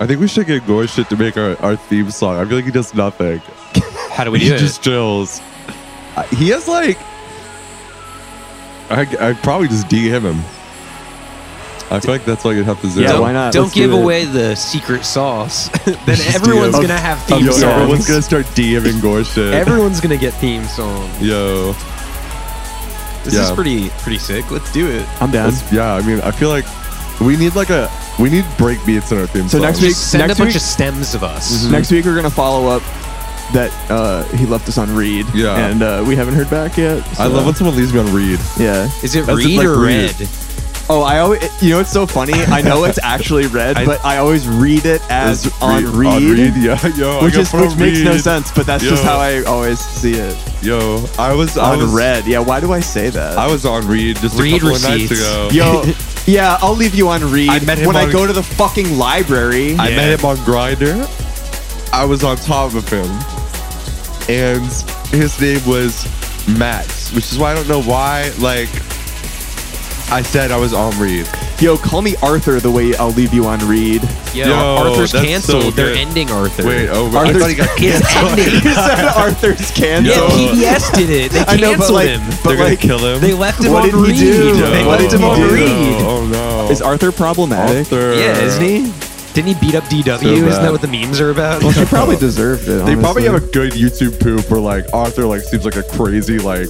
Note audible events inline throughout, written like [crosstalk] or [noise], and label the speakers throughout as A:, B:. A: I think we should get Gore shit to make our, our theme song. I feel like he does nothing.
B: How do we
A: he
B: do it?
A: just chills. Uh, He has like. I I probably just DM him. I feel like that's why you'd have to zero.
C: Yeah,
B: don't,
C: why not?
B: Don't
C: Let's
B: give
C: do it.
B: away the secret sauce. [laughs] then
A: Just do
B: everyone's
A: it.
B: gonna have
A: Yo,
B: theme
A: everyone's
B: songs. [laughs]
A: gonna start DMing Gore shit.
B: Everyone's gonna get theme songs.
A: Yo,
B: This is
A: Yeah.
B: pretty pretty sick. Let's do it.
C: I'm down.
A: that's- yeah. I mean, I feel like we need like a we need break beats in our theme
C: So
A: song.
C: next week-
B: Just send
C: next
B: a bunch
C: week- Mm-hmm.
B: of stems of us.
C: Next week we're gonna follow up that uh, he left us on read.
A: Yeah.
C: and uh, we haven't heard back yet.
A: I
C: so-
A: love when someone leaves me on read.
C: Yeah.
B: Is it
A: That's
B: read
A: just like
B: or
A: read.
B: red?
C: Oh, I always. You know, it's so funny. I know [laughs] it's actually read,
B: I-
C: but I always read it as
A: It's
C: on read,
A: yeah, yo, I
C: which
A: got
C: is
A: put on
C: which makes no
A: read.
C: sense. But that's just
A: Yo.
C: how I always see it.
A: Yo, I was I
C: On
A: was
C: read. Yeah. Why do I say that?
A: I was on read just
B: Read
A: a couple of nights
B: receipts.
A: ago.
C: [laughs] Yo, yeah, I'll leave you on read
A: I met him
C: when I
A: on-
C: go to the fucking library.
A: I
B: Yeah.
A: met him on Grinder. I was on top of him, and his name was Max, which is why I don't know why. Like, I said I was on read.
C: Yo, call me Arthur the way I'll leave you on read.
B: Yo,
A: Yo,
B: Arthur's
A: that's so
B: canceled. They're
A: good.
B: ending Arthur.
A: Wait, oh, I
C: Arthur's-
A: thought he
B: [laughs]
A: got
B: It's
A: canceled.
B: ending.
C: You [laughs] [laughs] said Arthur's
B: Yeah,
A: Yo.
C: candle.
B: PBS did it. They
C: I know,
B: canceled
C: but like,
B: him.
C: but
A: They're
C: like,
A: gonna kill him.
B: They left him
C: what
B: on
C: did
B: read.
C: he do?
A: Yo,
B: They
C: What
B: left him
C: did he
B: on
C: do?
B: read.
A: Oh no!
C: is Arthur problematic?
A: Arthur?
B: Yeah, isn't he? Didn't he beat up DW?
A: So
B: Isn't
A: bad.
B: that what the memes are about?
C: [laughs] Well, she probably deserved it.
A: They probably have a good YouTube poop where like Arthur like seems like a crazy like,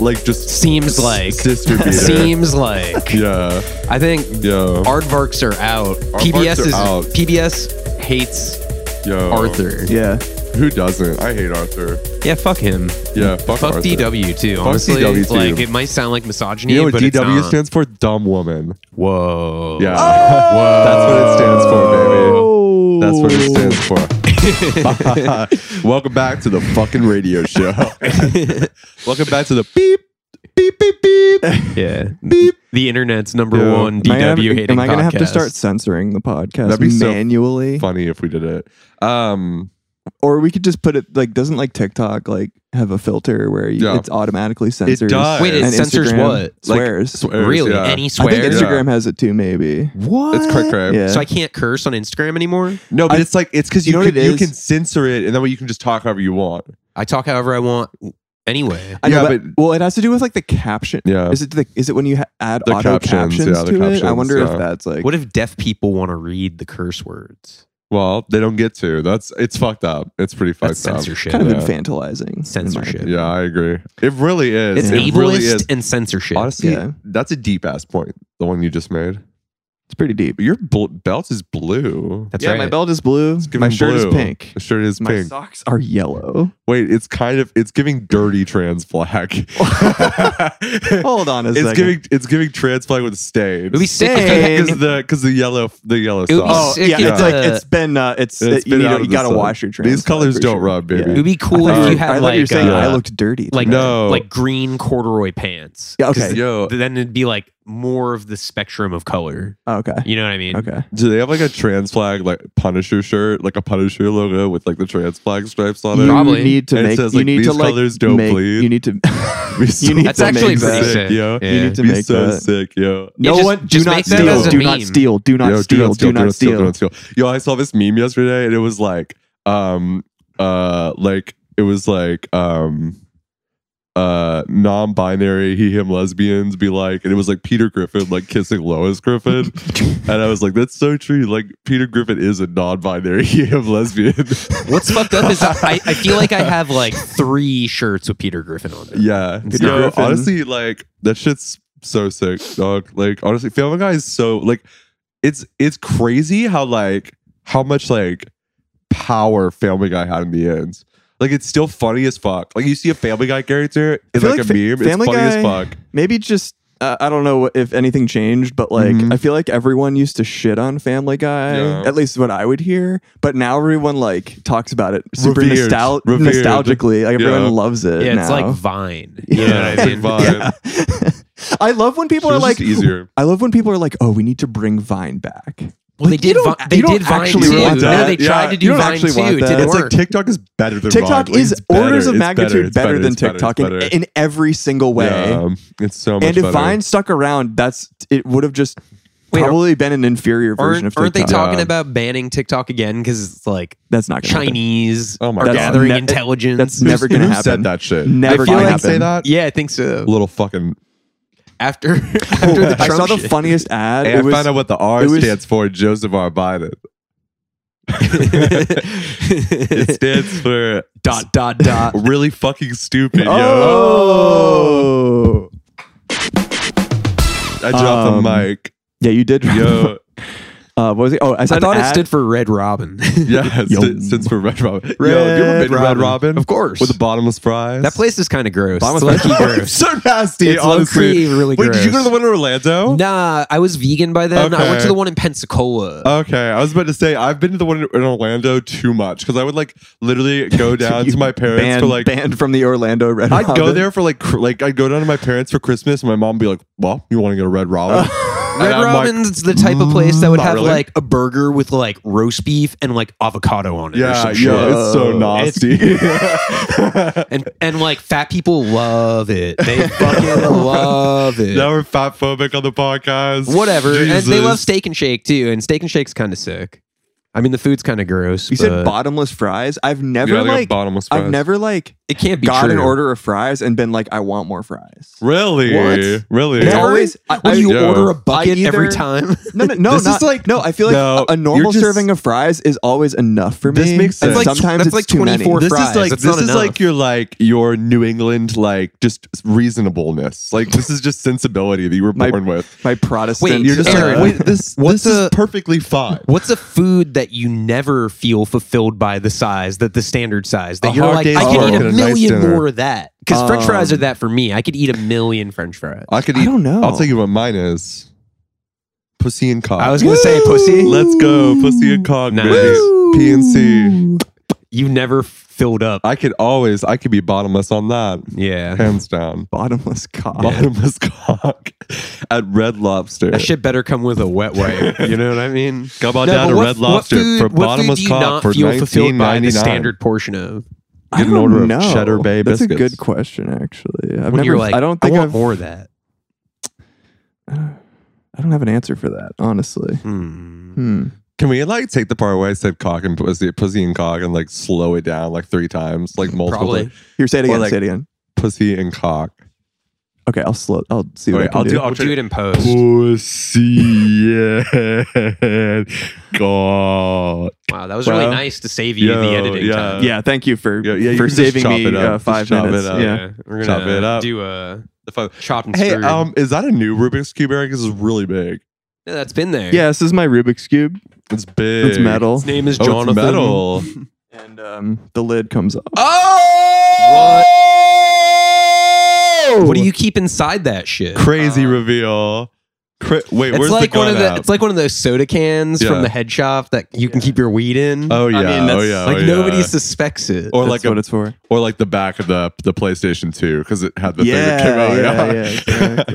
A: like just
B: seems like.
A: sister
B: [laughs]
A: beater.
B: Seems like.
A: Yeah,
B: I think
A: yo,
B: Aardvarks are out. PBS
A: are
B: is
A: out.
B: PBS hates
A: yo,
B: Arthur. Yeah.
C: Yeah.
A: Who doesn't? I hate Arthur.
B: fuck him.
A: Yeah, fuck,
B: Fuck
A: Arthur.
B: DW too. honestly,
A: DW too.
B: like it might sound like misogyny,
A: You know what
B: but it's
A: DW
B: not.
A: stands for? Dumb woman.
B: Whoa. [laughs]
A: Yeah, that's what it stands for, baby. That's what it
B: [laughs]
A: stands for. Welcome back to the fucking radio
B: [laughs]
A: show. Welcome back to the beep, beep, beep,
B: [laughs]
A: beep.
B: Yeah.
A: Beep.
B: The internet's number
A: Yeah.
B: one
C: Am I gonna-
B: DW hating
C: Am I gonna have to
B: podcast.
C: start censoring the podcast
A: That'd be so
C: manually?
A: Funny if we did it. Um,
C: or we could just put it like doesn't like TikTok like have a filter where you,
A: Yeah.
C: it's automatically censored.
A: does.
B: Wait, it
C: And
B: censors
C: Instagram
B: what?
A: Like,
C: Swears.
A: swears,
B: really?
A: yeah.
B: Any
C: I
B: swears?
C: think
A: Swears?
C: Instagram has it too, maybe.
B: What?
A: It's cray cray.
C: Yeah.
B: So I can't curse on Instagram anymore.
A: No, but
C: I-
A: it's like it's because you,
C: You know what
A: can,
C: it
A: you
C: is?
A: can censor it, and that way you can just talk however you want.
B: I talk however I want anyway.
C: I know,
A: Yeah,
C: but, well, it has to do with like the caption.
A: Yeah.
C: Is it the, is it when you ha- add
A: The
C: auto
A: captions,
C: captions,
A: yeah, the
C: to it? I
A: captions,
C: wonder
A: yeah.
C: if that's like
B: What if deaf people want to read the curse words?
A: Well, they don't get to. That's it's fucked up. It's pretty fucked
B: That's
A: up.
B: censorship.
C: kind of
A: yeah.
C: infantilizing in my
B: Censorship.
C: opinion.
A: Yeah, I agree. It really is.
B: It's
A: it
B: ableist
A: really is.
B: and censorship.
A: Honestly,
C: Yeah.
A: that's a deep ass point. The one you just made.
C: It's pretty deep.
A: But your bl- belt is blue.
B: That's
C: yeah,
B: right.
C: my belt is blue. My
A: giving
C: shirt is
A: blue.
C: pink.
A: The shirt is
C: My
A: pink.
C: socks are yellow.
A: Wait, it's kind of it's giving dirty trans black.
C: [laughs]
A: [laughs] it's
C: Hold on a second.
A: giving it's giving trans black with stains. [laughs]
B: It would be sick if
C: Dang.
B: you-
A: because the because the yellow the yellow
B: It would be
C: Oh
A: sauce.
B: sick. Sick
C: yeah,
B: if
C: it's like
B: the-
C: it's been uh, it's,
A: It's
C: you,
A: been
C: need
A: out
C: to-
A: of
C: you
A: the
C: gotta
A: sun.
C: wash your trans.
A: These colors
C: for
A: don't
C: sure.
A: rub, baby.
C: Yeah.
B: it would be cool
C: I
B: if
C: thought
B: you
C: were- I
B: had
C: thought
B: like
C: you were saying
B: uh,
C: I looked dirty.
B: like
C: today.
A: No.
B: like green corduroy pants.
C: Yeah,
B: 'Cause
C: okay.
A: Yo,
B: th- Then it'd be like more of the spectrum of color.
C: Oh, okay.
B: You know what I mean?
C: Okay.
A: do they have like a trans flag like Punisher shirt, like a Punisher logo with like the trans flag stripes on it?
B: Yeah. Probably.
C: You need to
A: And it
C: make.
A: says,
C: you
A: like,
C: need
A: these
C: to like
A: colors don't
C: make-
A: bleed.
C: You
A: [laughs]
C: need to.
A: Be so
C: You need
B: That's
C: to
B: actually
C: make
B: pretty
C: that.
B: sick.
A: yo.
B: Yeah.
C: You need to
A: Be
C: make
A: so
C: that.
A: sick, yo.
C: No
B: just-
C: one.
B: just
C: do not
B: make that
C: steal.
B: as a
C: Do
B: meme.
C: not steal. Do
A: Yo,
C: not steal. Do not steal.
A: Yo, I saw this meme yesterday, and it was like, um, uh, like it was like, um, uh, non-binary he him lesbians be like, and it was like Peter Griffin like kissing Lois
C: [laughs]
A: Griffin, and I was like, that's so true. Like Peter Griffin is a non-binary he him lesbian.
B: [laughs] What's fucked up
C: [laughs]
B: is I, I feel like I have like three shirts with Peter Griffin on them.
A: yeah,
B: Peter
A: yo,
C: Griffin.
A: honestly, like that shit's so sick, dog. Like honestly, Family Guy is so like, it's it's crazy how like how much like power Family Guy had in the end. Like it's still funny as fuck. Like you see a Family Guy character,
C: I
A: it's
C: feel
A: like,
C: like
A: a
C: Fa-
A: meme. It's
C: Family
A: funny as
C: Guy-
A: fuck.
C: Maybe just. Uh, I don't know if anything changed, but like
A: Mhm.
C: I feel like everyone used to shit on Family Guy,
A: Yeah.
C: at least what I would hear. But now everyone like talks about it super
A: Revered.
C: nostal-
A: Revered.
C: nostalgically. Like everyone
A: Yeah.
C: loves it.
B: Yeah, it's like
C: now.
B: Vine. You know what I
A: it's
B: mean?
C: [laughs]
A: like Vine.
C: I love when people
A: It
C: are
A: was
C: like
A: just easier.
C: [laughs] I love when people are like, "Oh, we need to bring Vine back."
B: Well, they
C: Like, you
B: did.
C: don't-
B: Vi- they
C: you don't
B: did Vine too.
C: actually want
B: No,
C: that.
B: they
A: Yeah,
B: tried to
C: you
B: do
C: don't
B: Vine too.
C: actually want
B: It
C: that.
B: didn't
A: it's like
B: work.
A: TikTok is better than
C: TikTok
A: Vine. Like,
C: is
A: it's better,
C: orders of
A: it's better,
C: magnitude
A: it's
C: better, than
A: it's better, it's
C: TikTok
A: better.
C: in, in every single way.
A: Yeah, um, it's so much
C: and if
A: better.
C: Vine stuck around, that's it would have just
B: Wait, are-
C: probably been an inferior version of
B: Aren't, aren't they
C: TikTok.
B: talking
A: Yeah.
B: about banning TikTok again? Because it's like
C: that's not gonna happen.
B: Chinese
A: Oh my
B: are
A: God.
B: gathering
C: That's ne-
B: intelligence.
C: that's
A: Who's-
C: never gonna
A: who
C: happen.
A: said that shit?
C: Never
B: I feel
C: gonna
B: like-
C: happen.
A: say that.
B: [laughs] yeah, I think so.
A: Little fucking.
B: After, [laughs]
A: Oh,
B: after the Trump
C: [laughs] I saw the
B: shit.
C: funniest ad.
A: And
C: It was,
A: I found out what the R
C: it was-
A: stands for. Joseph R. Biden.
B: [laughs]
A: It stands for
B: dot dot
A: [laughs]
B: dot.
A: really fucking stupid. Yo,
C: oh,
A: I dropped
C: Um,
A: the mic.
C: yeah, you did.
A: Yo,
C: Uh, what was it? Oh, I, saw
B: I
C: an
B: thought it
C: ad-
B: stood for Red Robin. [laughs]
A: yeah,
C: Yo.
A: since, since for Red Robin. yo, have you ever been to Red Robin?
B: Of course.
A: with the bottomless fries.
B: that place is kind of gross.
A: [laughs]
B: It's
C: Bottomless
B: low-key
C: fries.
B: gross.
A: so nasty.
B: It's
A: honestly,
B: low-key really
A: wait, did you go
B: gross.
A: to the one in Orlando?
B: Nah, I was vegan by then. I went
A: Okay. Uh,
B: to the one in Pensacola.
A: Okay, I was about to say I've been to the one in Orlando too much because I would like literally go down
C: You
A: to my parents
C: banned,
A: for like
C: banned from the Orlando Red.
A: I'd go
C: Robin.
A: there for like cr- like I'd go down to my parents for Christmas and my mom would be like, "Well, you want to go to Red Robin?"
B: Red
A: And I'm like,
B: Robin's the type of place that would
A: "Mm,
B: have
A: not really."
B: like a burger with like roast beef and like avocado on it. or
A: yeah,
B: some
A: yeah,
B: shit.
A: it's so
B: It's-
A: nasty.
B: [laughs]
A: [laughs]
B: and and like fat people love it. They fucking love it.
A: now we're fat phobic on the podcast.
B: Whatever. And they
A: Jesus.
B: love Steak and Shake too. And Steak and Shake's kind of sick. I mean, the food's kind of gross.
C: You
B: but
C: said bottomless fries. I've
A: Yeah,
C: never
A: they got
C: like
A: bottomless fries.
C: I've never like
B: it can't be
C: got
B: true.
C: an order of fries and been like, I want more fries.
A: really,
C: What?
A: really.
C: It's
B: Never?
C: always I,
B: What
C: I-
B: do uh, you
A: Yo.
B: order a
C: I
B: bucket
C: either-
B: every time?
C: no, no, no,
A: This is
C: not,
A: like-
C: no. I feel like
A: No,
C: a, a normal
A: you're just-
C: serving of fries is always enough for me.
A: This makes sense.
C: and
A: That's
B: like-
C: sometimes
B: that's
C: it's
B: like
C: too
B: 24
C: many.
A: this
B: fries.
A: is like
B: That's
A: this
B: not
A: is
B: enough.
A: like your like your New England like just reasonableness. Like this is just sensibility that you were
C: My-
A: born with.
C: My Protestant.
B: Wait,
A: You're just
B: Aaron,
A: like wait this
B: [laughs] what's
A: this is
B: a-
A: perfectly fine.
B: What's a food that you never feel fulfilled by the size that the standard size that
A: A
B: you're
A: hard
B: like
A: day's
B: I
C: work
B: could eat
C: and
B: a
A: a nice
B: million
A: dinner.
B: more of that because French fries are
C: Um,
B: that for me. I could eat a million French fries.
A: I could
C: I
A: eat.
C: don't know.
A: I'll tell you what mine is. Pussy and cock.
B: I was gonna say pussy.
A: Let's go, pussy and cock,
B: Nice.
A: baby. P and C.
B: You never filled up.
A: I could always, I could be bottomless on that,
B: yeah,
A: hands
B: [laughs]
A: down.
C: bottomless cock.
A: Bottomless cock at Red Lobster.
B: that shit better come with a wet wipe. You know what I mean?
A: Come on
B: No,
A: down
B: but
A: to
B: what-
A: Red
B: what
A: Lobster
B: food-
A: for
B: what food do
A: bottomless
B: you
A: cock
B: not
A: for
B: feel fulfilled by the
A: 19.99.
B: standard portion of.
C: I
A: Get an
C: don't
A: order of
C: know.
A: cheddar bay
C: That's a
A: biscuits.
C: good question, actually. I've
B: when
C: never.
B: you're like,
C: I don't think
B: I
C: I
B: want
C: have
B: more of that.
C: [sighs] I don't have an answer for that, honestly.
B: Hmm.
C: Hmm.
A: Can we like take the part where I said cock and pussy, pussy and cock, and like slow it down like three times, like multiple
B: Probably.
A: times?
C: Here, say it
A: Or
C: again.
A: like-
C: say it again.
A: Pussy and cock.
C: Okay, I'll slow. I'll see what
A: Wait,
C: I can
A: I'll
C: do.
A: do- uh,
B: We'll
A: try-
B: do it in post.
A: Pussy and cock.
B: Wow, that was
C: Well,
B: really nice to save you the
A: yo,
B: editing
A: yeah.
B: time.
C: yeah, thank you for
A: Yeah, yeah, you
C: for
A: can just
C: saving
A: chop
C: me
A: it up.
C: uh,
A: Just
C: five
A: chop it
C: minutes.
A: up.
C: Yeah.
B: We're
A: Chop
B: gonna
A: it up.
B: do uh, a
A: If I-
B: chopped and
A: Hey,
B: screwed.
A: um, is that a new Rubik's cube, Eric? This is really big.
B: Yeah, that's been there.
C: yeah, this is my Rubik's cube.
A: It's big.
C: It's metal,
B: His name is
A: Oh,
B: Jonathan.
A: it's metal.
C: and um, the lid comes off.
B: Oh! What do you keep inside that shit?
A: Crazy
C: Uh,
A: reveal. Cra- Wait,
B: It's
A: where's
B: like
A: the
B: one of
A: gun
B: the.
A: app?
B: It's like one of those soda cans
A: Yeah.
B: from the head shop that you can keep your weed in.
A: oh yeah,
C: I mean,
A: oh
C: that's-
A: yeah,
B: like
A: oh, yeah.
B: nobody suspects it.
A: or
C: That's
A: like
C: what
A: a,
C: it's for.
A: or like the back of the the PlayStation Two because it had the thing that came out. Yeah,
C: exactly,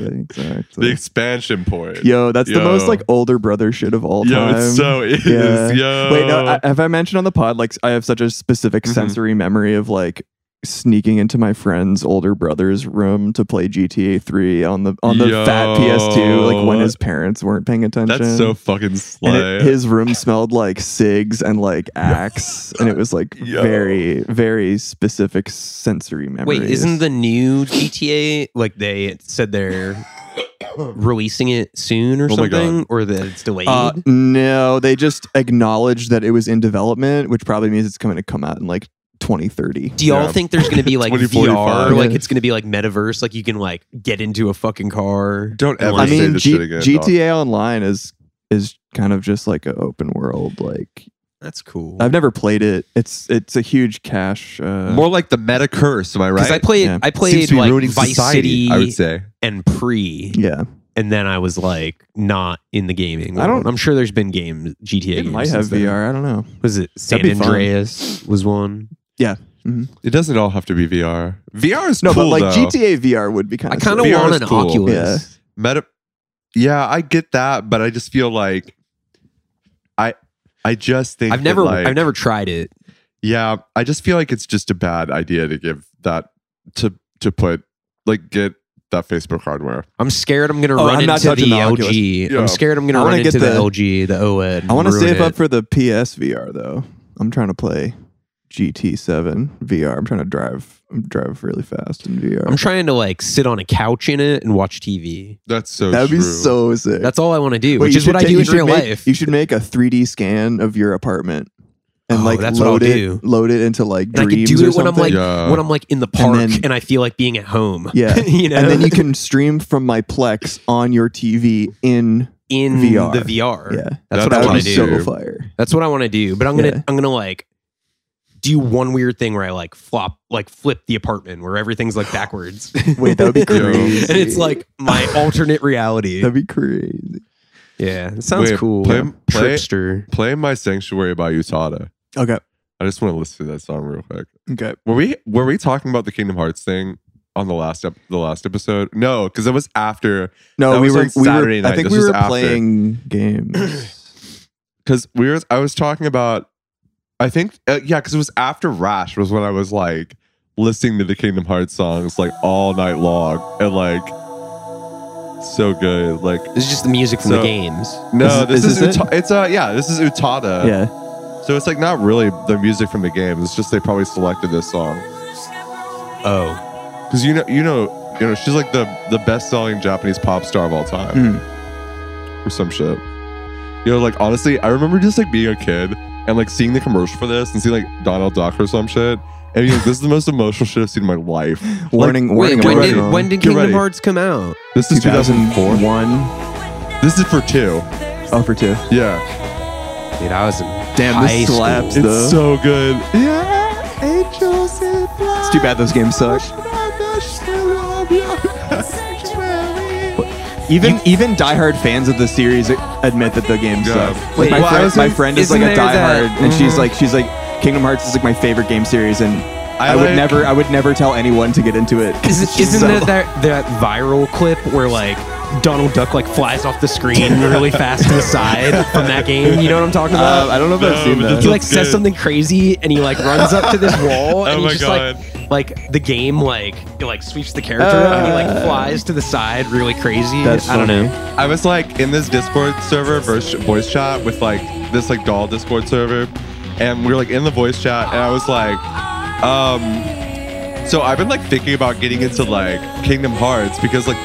A: [laughs] the
C: exactly.
A: expansion port.
C: Yo, that's the most
A: Yo.
C: like older brother shit of all
A: yo,
C: time.
A: it's so it is.
C: Yeah.
A: Yo,
C: Wait, no, I, have I mentioned on the pod? Like, I have such a specific
A: Mm-hmm.
C: sensory memory of like sneaking into my friend's older brother's room to play GTA 3 on the on the fat PS2, like when
A: Yo.
C: his parents weren't paying attention.
A: that's so fucking
C: And
A: slay.
C: it- his room smelled like cigs
A: [laughs]
C: and like axe, and it was like
A: Yo.
C: very, very specific sensory memory.
B: Wait, isn't the new GTA like they
A: [coughs]
B: said they're releasing it soon or
A: Oh my God.
B: something, or that it's delayed?
C: Uh, no, they just acknowledged that it was in development, which probably means it's going to come out in like 2030.
B: Do y'all
A: Yeah.
B: think there's gonna be like
A: 2045.
B: VR? Like
C: Yeah.
B: it's gonna be like metaverse? Like you can like get into a fucking car?
A: Don't ever
C: I
A: say
C: mean,
A: this
C: G-
A: shit again, dog.
C: GTA Online is is kind of just like an open world. Like
B: That's cool.
C: I've never played it. It's it's a huge cash. Uh,
A: More like the meta curse, am I
B: Because
A: right?
B: I played,
C: Yeah.
B: I
A: Seems
B: played
A: to be
B: like
A: ruining
B: Vice
A: society,
B: City
A: I would say.
B: and pre,
C: yeah,
B: and then I was like not in the gaming.
C: I
B: I
C: don't-
B: don't. I'm sure there's been games GTA.
C: it
B: games
C: might have
B: since then.
C: VR. I don't know.
B: Was it San
C: be fun.
B: Andreas was one?
A: It doesn't all have to be VR. VR is
C: No,
A: cool,
C: but like
A: though.
C: GTA VR would be kind
B: I
C: of.
B: kind of
A: VR
B: want
A: is
B: an
A: cool.
B: Oculus.
A: Meta. Yeah, I get that, but I just feel like I just think
B: I've
A: that,
B: never
A: like-
B: I've never tried it.
A: Yeah, I just feel like it's just a bad idea to give that to to put like get that Facebook hardware.
B: I'm scared I'm gonna
C: Oh,
B: run
C: I'm not
B: into
C: touching
B: the,
C: the Oculus.
B: LG.
A: Yeah.
B: I'm scared I'm gonna
C: I wanna
B: run
C: get
B: into the,
C: the-
B: LG, the OLED.
C: I want
B: and
C: to
B: ruin
C: save up
B: it.
C: for the PSVR though. I'm trying to play GT7 VR. I'm trying to drive drive really fast in VR.
B: I'm trying to like sit on a couch in it and watch TV.
A: That's so
C: That'd be
A: true.
C: so sick.
B: That's all I want to do,
C: Wait,
B: which
C: you
B: is what
C: should
B: I
C: take-
B: do
C: you
B: in
C: should
B: real
C: make-
B: life.
C: You should make a 3D scan of your apartment and
B: Oh,
C: like
B: that's what I'll
C: load it,
B: do.
C: load it into like
B: and I could
C: dreams
B: do
C: or
B: it when I'm like
C: something.
A: Yeah.
B: when I'm like in the park and,
C: then-
B: I feel like being at home. [laughs]
C: Yeah.
B: you know,
C: and then you can stream from my Plex on your TV in
B: in
C: VR.
B: the VR.
C: yeah.
B: That's what
A: That
B: I want
C: That would
B: to
C: be
B: do.
C: so fire.
B: That's what I want to do. But I'm gonna
C: Yeah.
B: I'm gonna like do one weird thing where I like flop like flip the apartment where everything's like backwards.
C: Wait, that
B: [laughs]
C: would be
A: Yo.
C: crazy.
B: and it's like my alternate reality.
C: that'd be crazy.
B: yeah, it sounds
A: Wait,
B: cool.
A: play- play-
B: Tripster.
A: Play my sanctuary by Utada.
C: Okay.
A: I just want to listen to that song real quick.
C: Okay.
A: Were we were we talking about the Kingdom Hearts thing on the last ep- the last episode? No, because it was after
C: No,
A: That
C: we
A: was
C: were
A: on
C: we
A: Saturday
C: were,
A: night.
C: I think
A: This
C: we
A: was
C: were
A: after.
C: playing games.
A: because we were I was talking about I think uh, yeah because it was after Rash was when I was like listening to the Kingdom Hearts songs like all night long and like so good like
B: This is just the music from
A: So-
B: the games.
A: no
C: Is-
A: this
C: is
A: is,
C: this
A: Uta- it's uh yeah this is Utada
C: yeah.
A: so it's like not really the music from the game it's just they probably selected this song
B: Oh,
A: because you know you know you know she's like the the best selling Japanese pop star of all time
C: Hmm.
A: or some shit. You know, like honestly, I remember just like being a kid and like seeing the commercial for this and seeing like Donald Duck or some shit. And being like, this is the
C: [laughs]
A: most emotional shit I've seen in my life.
C: Warning, warning.
B: wait, when
A: already.
B: did, when did
A: Get
B: Kingdom
A: ready.
B: Hearts come out?
A: This is 2004.
C: 2001.
A: This is for two.
C: Oh, for two.
A: Yeah.
B: Dude, I was in
C: Damn,
B: high
C: this
B: school.
C: slaps.
A: It's
C: though.
A: so good.
C: Yeah, angels in It's too bad those games suck. [laughs] Even even diehard fans of the series admit that the game
A: Yeah.
C: suck.
B: Wait,
C: Like my,
B: well, I
C: friend,
B: was
C: my
B: in-
C: friend is
B: isn't
C: like a diehard,
B: there that- Mm-hmm.
C: and she's like she's like Kingdom Hearts is like my favorite game series, and I, would
A: like-
C: never I would never tell anyone to get into it.
B: Is
C: She's
B: it, isn't
C: so-
B: there that, that viral clip where like Donald Duck like flies off the screen really fast to the side from that game? You know what I'm talking
C: [laughs] Uh,
B: about?
C: I don't know if
A: No,
C: I've seen
A: but
C: that.
A: that's
B: he like says
A: good.
B: something crazy and he like runs up to
A: [laughs]
B: this wall and
A: Oh
B: he
A: my
B: just like like the game like it, like sweeps the character up and he
A: Uh.
B: like flies to the side really crazy.
C: That's
B: I don't
C: funny.
B: know.
A: I was like in this Discord server versus voice chat with like this like doll Discord server, and we were like in the voice chat, and I was like, um, so I've been like thinking about getting into like Kingdom Hearts because like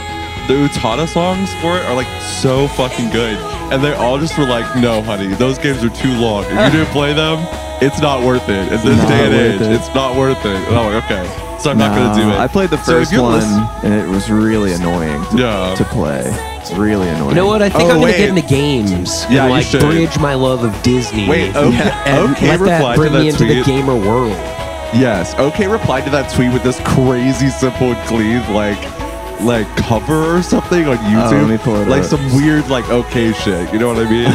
A: the Utada songs for it are like so fucking good, and they all just were like, no, honey, those games are too long. If you didn't play them, it's not worth it. In this
C: Not
A: day and age,
C: worth it.
A: it's not worth it. And I'm like, okay, so I'm not gonna do
C: No,
A: it.
C: I played the
A: So if
C: first
A: you're
C: one,
A: listen-
C: and it was really annoying to,
A: Yeah.
C: to play. It's really annoying.
B: You know what? I think
A: Oh,
B: I'm gonna
A: wait.
B: get into games
A: Yeah,
B: and
A: you
B: like
A: should.
B: bridge my love of Disney.
A: Wait, okay,
B: and
A: okay,
B: let
A: reply to
B: that bring
A: that
B: me into the
A: tweet.
B: gamer world.
A: Yes. OK replied to that tweet with this crazy simple and clean like like cover or something on YouTube.
C: let me pull it
A: like
C: up.
A: some weird like okay shit. You know what I mean?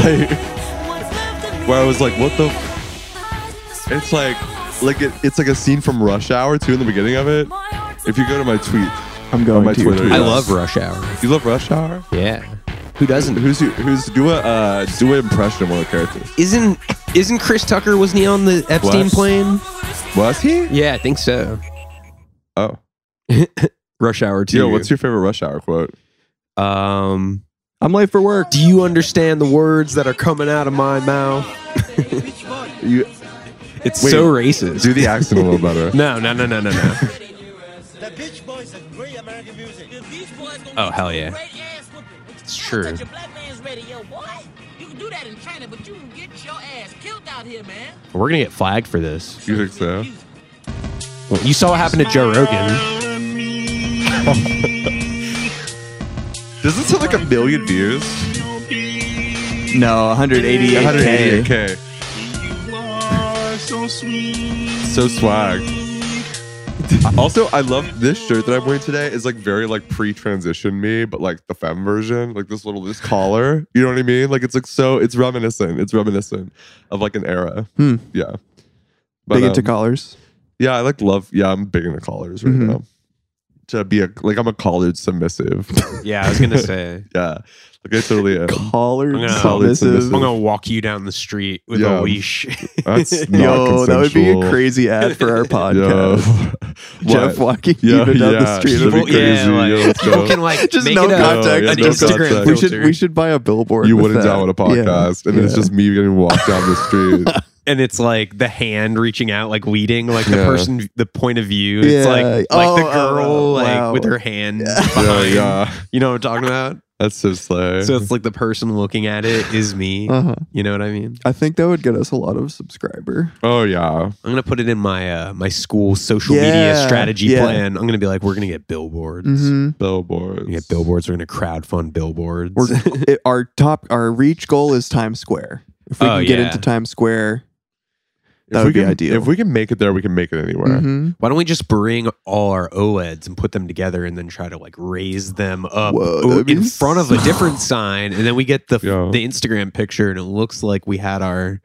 A: like where I was like, what the f-? it's like like it, it's like a scene from Rush Hour too in the beginning of it. If you go to my tweet,
C: I'm going
A: my
C: to your
A: Twitter,
C: tweet.
B: I
A: Yes.
B: love Rush Hour.
A: you love Rush Hour?
B: Yeah, who doesn't?
A: Who's you who's do a uh, do an impression of one of the characters.
B: isn't isn't Chris Tucker wasn't he on the Epstein
A: Was.
B: plane?
A: Was he?
B: Yeah, I think so.
A: Oh.
B: Rush hour two.
A: Yo, what's your favorite Rush Hour quote?
B: um?
C: I'm late for work.
B: Do you understand the words that are coming out of my mouth?
A: You
B: It's
A: Wait,
B: so racist.
A: do the accent a little better.
B: no, no, no, no, no, no.
D: The Beach Boys are great American music. The Beach Boys gonna
B: Oh,
D: give
B: hell
D: you a
B: yeah.
D: Great ass whooping. It's
B: true.
D: Touch your black man's radio, boy. You can do that in China, but you can get your ass killed out here, man.
B: [laughs] We're gonna get flagged for this.
A: [laughs] You think so?
B: You saw what happened to Joe Rogan.
A: Does this have like a million views?
C: No, 188.
A: 188k. so swag. Also, I love this shirt that I'm wearing today. Is like very like pre-transition me, but like the femme version, like this little this collar. You know what I mean? Like it's like so. It's reminiscent. It's reminiscent of like an era.
C: Hmm.
A: Yeah. But,
C: Big into
A: um,
C: collars.
A: yeah, I like love. Yeah, I'm big into collars right
C: Mhm.
A: now. to be a like I'm a college submissive. [laughs]
B: Yeah, I was gonna say.
A: yeah, like I totally am.
C: Collared
B: No. [laughs]
C: submissive.
B: I'm gonna walk you down the street with
A: Yeah.
B: a leash.
A: That's not
C: [laughs] Yo, that would be a
A: consensual.
C: crazy ad for our
A: [laughs] Yo.
C: podcast.
A: [laughs] What?
C: Jeff walking
A: Yeah,
C: even down
A: yeah,
C: the
B: [laughs]
C: street.
A: should
C: of
A: be
C: a-
A: crazy. yo, let's go.
B: people can like
C: Just
B: make
C: no
B: it a,
C: context,
B: an
A: no
B: Instagram
A: context.
C: We
B: filter.
C: should we should buy a billboard.
A: You
C: with
A: wouldn't
C: that.
A: down with a
C: Yeah,
A: podcast, and it's
C: yeah.
A: just me getting walked down the
C: [laughs]
A: street.
B: and it's like the hand reaching out, like leading, like the
A: Yeah.
B: person, the point of view. It's
C: Yeah.
B: like like
C: Oh,
B: the girl,
C: oh,
B: like
C: wow.
B: with her hand
A: yeah,
B: behind.
A: yeah,
B: You know what I'm talking about?
A: that's so slay.
B: So it's like the person looking at it is me.
C: Uh-huh.
B: You know what I mean?
C: I think that would get us a lot of subscriber.
A: oh yeah,
B: I'm gonna put it in my uh, my school social media
C: Yeah,
B: strategy
C: yeah.
B: plan. I'm gonna be like, we're gonna get billboards.
C: Mhm.
A: billboards.
B: We get billboards. We're gonna crowdfund billboards.
C: We're, [laughs] it, our top, our reach goal is Times Square. If we
B: Oh,
C: can get
B: yeah.
C: into Times Square,
A: If
C: that
A: we
C: would be
A: can-
C: ideal.
A: If we can make it there, we can make it anywhere.
C: Mhm.
B: Why don't we just bring all our OLEDs and put them together and then try to like raise them up
C: Whoa,
B: o-
C: that'd be
B: in front of a different sign and then we get the
A: Yeah.
B: the Instagram picture and it looks like we had our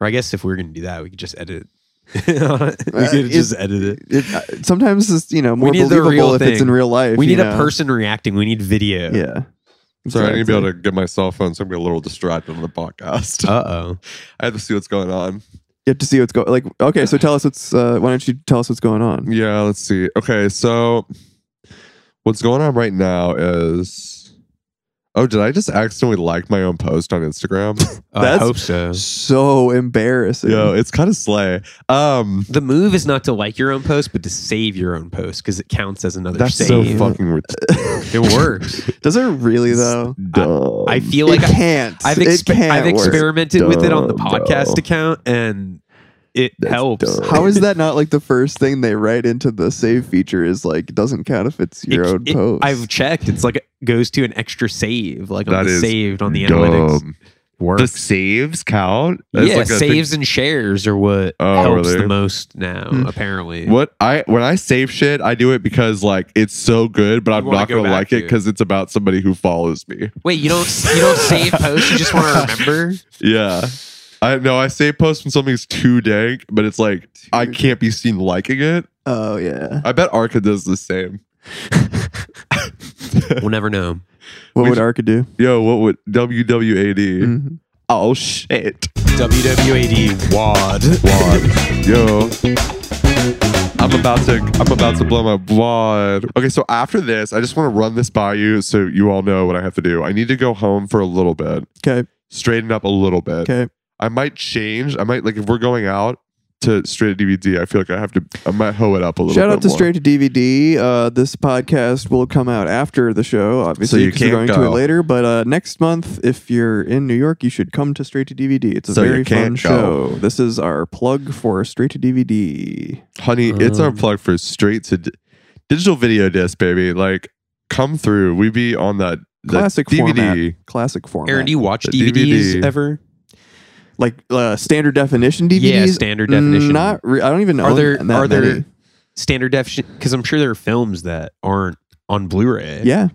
B: or I guess if we were going to do that we could just edit [laughs] it. we
C: Uh,
B: could
C: if-
B: just edit it.
C: It- uh, sometimes it's you know more
B: need the real
C: believable if it's
B: thing.
C: in real life.
B: we
C: you
B: need a
C: know?
B: person reacting. We need video.
C: Yeah.
A: Sorry, I need to be
C: Mm-hmm. Exactly.
A: able to get my cell phone, so I'm getting a little distracted on the podcast. [laughs]
B: Uh-oh.
A: I have to see what's going on.
C: You have to see what's going. Like, okay, so tell us what's. Uh, why don't you tell us what's going on?
A: Yeah, let's see. Okay, so what's going on right now is oh, did I just accidentally like my own post on
C: [laughs]
A: Instagram?
B: Uh, I
C: That's-
B: hope so.
C: So embarrassing.
A: Yo, it's kind of slay. Um,
B: The move is not to like your own post but to save your own post cuz it counts as another
A: that's
B: save.
A: so fucking ridiculous.
B: it works.
C: Does it really though?
A: dumb.
B: I feel like
C: it
B: I-
C: can't.
B: I've,
C: It
B: expe-
C: can't
B: I've
C: work.
B: experimented with it on the
A: Dumb,
B: podcast
A: dumb.
B: account and it
A: That's
B: helps.
A: dumb.
C: How is that not like the first thing they write into the save feature? Is like it doesn't count if it's your
B: It-
C: own
B: it-
C: post.
B: I've checked. It's like it goes to an extra save, like on
A: That
B: the
A: is
B: saved on the
A: Dumb.
B: analytics.
A: The
B: Works.
A: saves count. That's
B: yeah,
A: like a
B: saves and shares are what
A: Oh,
B: helps
A: really?
B: the most now,
C: Hmm.
B: apparently.
A: thing- What I when I save shit, I do it because like it's so good, but I'm
B: wanna
A: not
B: go
A: gonna
B: back
A: like it
B: to.
A: because it's about somebody who follows me.
B: Wait, you don't you don't save posts, you just want to remember?
A: Yeah. I no, I save posts when something's too dank, but it's like I can't be seen liking it.
C: oh yeah.
A: I bet Arca does the same.
B: We'll never know.
C: What
A: we
C: would
A: j-
C: Arca do?
A: Yo, what would WWAD?
B: Mm-hmm.
C: Mhm.
A: Oh shit.
B: WWAD WAD.
A: Wad. [laughs] Yo. I'm about to I'm about to blow my wad. Okay, so after this, I just want to run this by you so you all know what I have to do. I need to go home for a little bit,
C: Okay.
A: straighten up a little bit.
C: Okay.
A: I might change. I might like if we're going out to straight to DVD, I feel like I have to I might hoe it up a little
C: Shout
A: bit.
C: out to
A: more.
C: Straight to DVD. Uh, this podcast will come out after the show, obviously.
A: you
C: 'cause we're
A: can't
C: going to it
A: go.
C: later, but uh, next month, if you're in New York, you should come to Straight to DVD. It's a
A: So you
C: very fun
A: can't go.
C: show. This is our plug for Straight to DVD.
A: Honey, it's our
B: Um,
A: plug for straight to di- digital video disc, baby. Like, come through. We be on that the
C: Classic
A: DVD.
C: Classic format,
B: Aaron, do you watch
A: The
B: DVDs
A: DVD.
B: ever?
C: like uh, standard definition DVDs.
B: Yeah, standard
C: Mm,
B: definition.
C: Not. Re- I don't even know.
B: Are there
C: that
B: are there
C: many.
B: standard definition? Because I'm sure there are films that aren't on Blu-ray.
C: Yeah.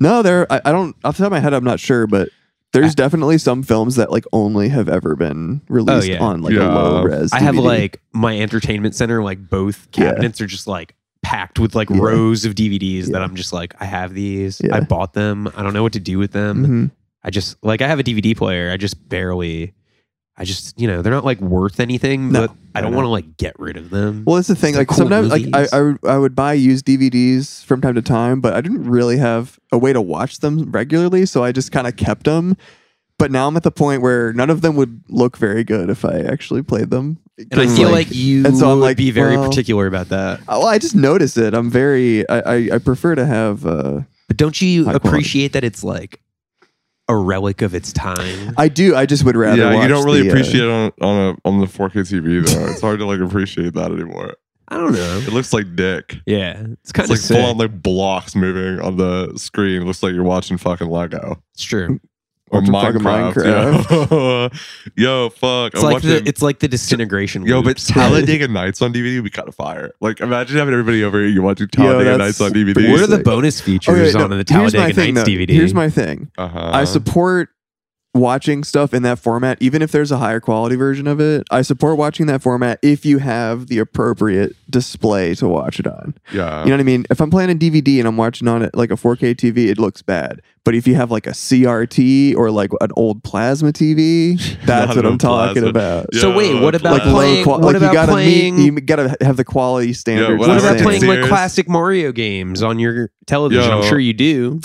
C: No, there. I, I don't. Off the top of my head, I'm not sure, but there's definitely some films that like only have ever been released
B: Oh, yeah.
C: on like
A: Yeah.
C: a low res.
B: I have
C: DVD.
B: like my entertainment center, like both
C: Yeah.
B: cabinets are just like packed with like
C: Yeah.
B: rows of DVDs that
C: Yeah.
B: I'm just like, I have these.
C: Yeah.
B: I bought them. I don't know what to do with them.
C: Mhm.
B: I just like I have a DVD player. I just barely I just, you know, they're not like worth anything,
C: No.
B: but I don't
C: No,
B: want
C: no.
B: to like get rid of them.
C: Well, that's the thing.
B: They're
C: Like
B: cool
C: sometimes, like
B: movies.
C: I, I, would- I would buy used DVDs from time to time, but I didn't really have a way to watch them regularly, so I just kind of kept them. But now I'm at the point where none of them would look very good if I actually played them.
B: and I
C: 'Cause,
B: feel like, you
C: and so I'm
B: would
C: like,
B: be very
C: well-
B: particular about that.
C: oh, well, I just notice it. I'm very. I, I, I prefer to have. Uh,
B: But don't you
C: High quality.
B: appreciate that it's like a relic of its time?
C: I do. I just would rather.
A: yeah, you
C: watch
A: don't really
C: the, uh,
A: appreciate it on on, a, on the 4K TV though. it's hard to like appreciate that anymore.
B: I don't know.
A: It looks like dick.
B: Yeah, it's kind
A: It's
B: of
A: like full
B: sick.
A: on like blocks moving on the screen. It looks like you're watching fucking Lego
B: It's true.
A: or
C: Watching fucking
A: Minecraft. Yo. [laughs] Yo, fuck.
B: It's
A: I'm
B: like the
A: watching-
B: it's like the disintegration.
A: Yo, but
B: loops. [laughs]
C: [laughs]
A: Talladega Nights on DVD would be kind of fire. Like, imagine having everybody over. You watching
C: Yo,
A: Talladega Nights
C: that's
A: on
C: pretty
A: DVD.
B: What are the
C: Sick.
B: bonus
C: Okay,
B: features
C: no,
B: on the
C: here's my
B: Talladega
C: thing,
B: Nights
C: though.
B: DVD?
C: Here's my thing.
A: Uh-huh.
C: I support watching stuff in that format, even if there's a higher quality version of it. I support watching that format if you have the appropriate display to watch it on.
A: Yeah.
C: You know what I mean? If I'm playing a DVD and I'm watching on it like a 4K TV, it looks bad. But if you have like a CRT or like an old
A: [laughs]
C: plasma TV,
A: Not
C: that's what
A: an
C: I'm
A: old
C: talking
A: plasma.
C: about.
A: Yeah,
B: So wait, what
A: uh,
B: about
C: Like
B: playing-
C: low quality.
B: what
C: Like
B: about
C: you gotta
B: playing-
C: meet, you gotta have the quality standards.
A: what
C: the
A: about
B: What about
C: same.
A: saying.
B: playing like
A: Serious?
B: classic Mario games on your television?
A: Yo.
B: I'm sure you do.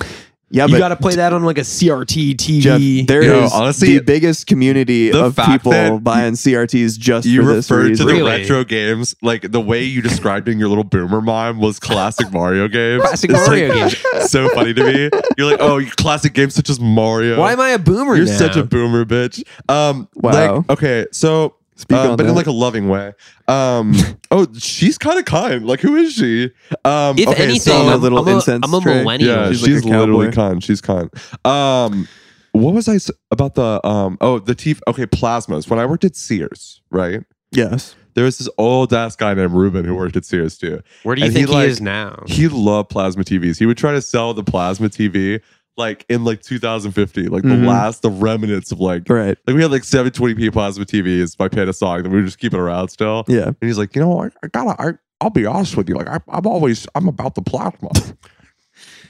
C: Yeah,
B: you
C: but
B: got to play that on like a CRT TV.
C: Jeff, there
A: Yo,
C: is
A: honestly,
C: the biggest community
A: the
C: of
A: fact
C: people
A: that
C: buying CRTs just
A: you
C: for this
A: referred to
C: reason.
A: the
B: Really?
A: retro games like the way you described in your little boomer mime was classic Mario games.
B: Classic
A: It's,
B: Mario
A: like, [laughs] So funny to me. You're like, oh, classic games such as Mario.
B: Why am I a boomer?
A: You're
B: now?
A: such a boomer, bitch. Um, like,
C: Wow.
A: okay, so.
C: Speak
A: um,
C: on
A: but in
C: that.
A: like a loving way.
C: [laughs]
A: Um, oh, she's kind of kind. Like, who is she? Um,
B: If
A: okay,
B: anything,
A: so-
C: A
B: I'm,
C: little
B: I'm a,
C: incense
B: I'm a
C: tray.
B: millennial.
A: yeah,
C: She's
A: she's,
C: like a
A: literally
C: cowboy.
A: con. She's con. Um, what was I s- about the um? Oh, the T. Okay, plasmas. When I worked at Sears, right,
C: Yes.
A: there was this old ass guy named Ruben who worked at Sears too.
B: Where do you
A: And he,
B: think he,
A: like-
B: is now?
A: He loved plasma TVs. He would try to sell the plasma TV like in like 2050, like
C: Mhm.
A: the last, the remnants of like
C: Right.
A: like we had like 720p plasma TVs by Panasonic that we would just keep it around still.
C: Yeah.
A: And he's like, you know, I, I gotta, I, I'll be honest with you. Like, I, I'm always, I'm about the plasma. [laughs] and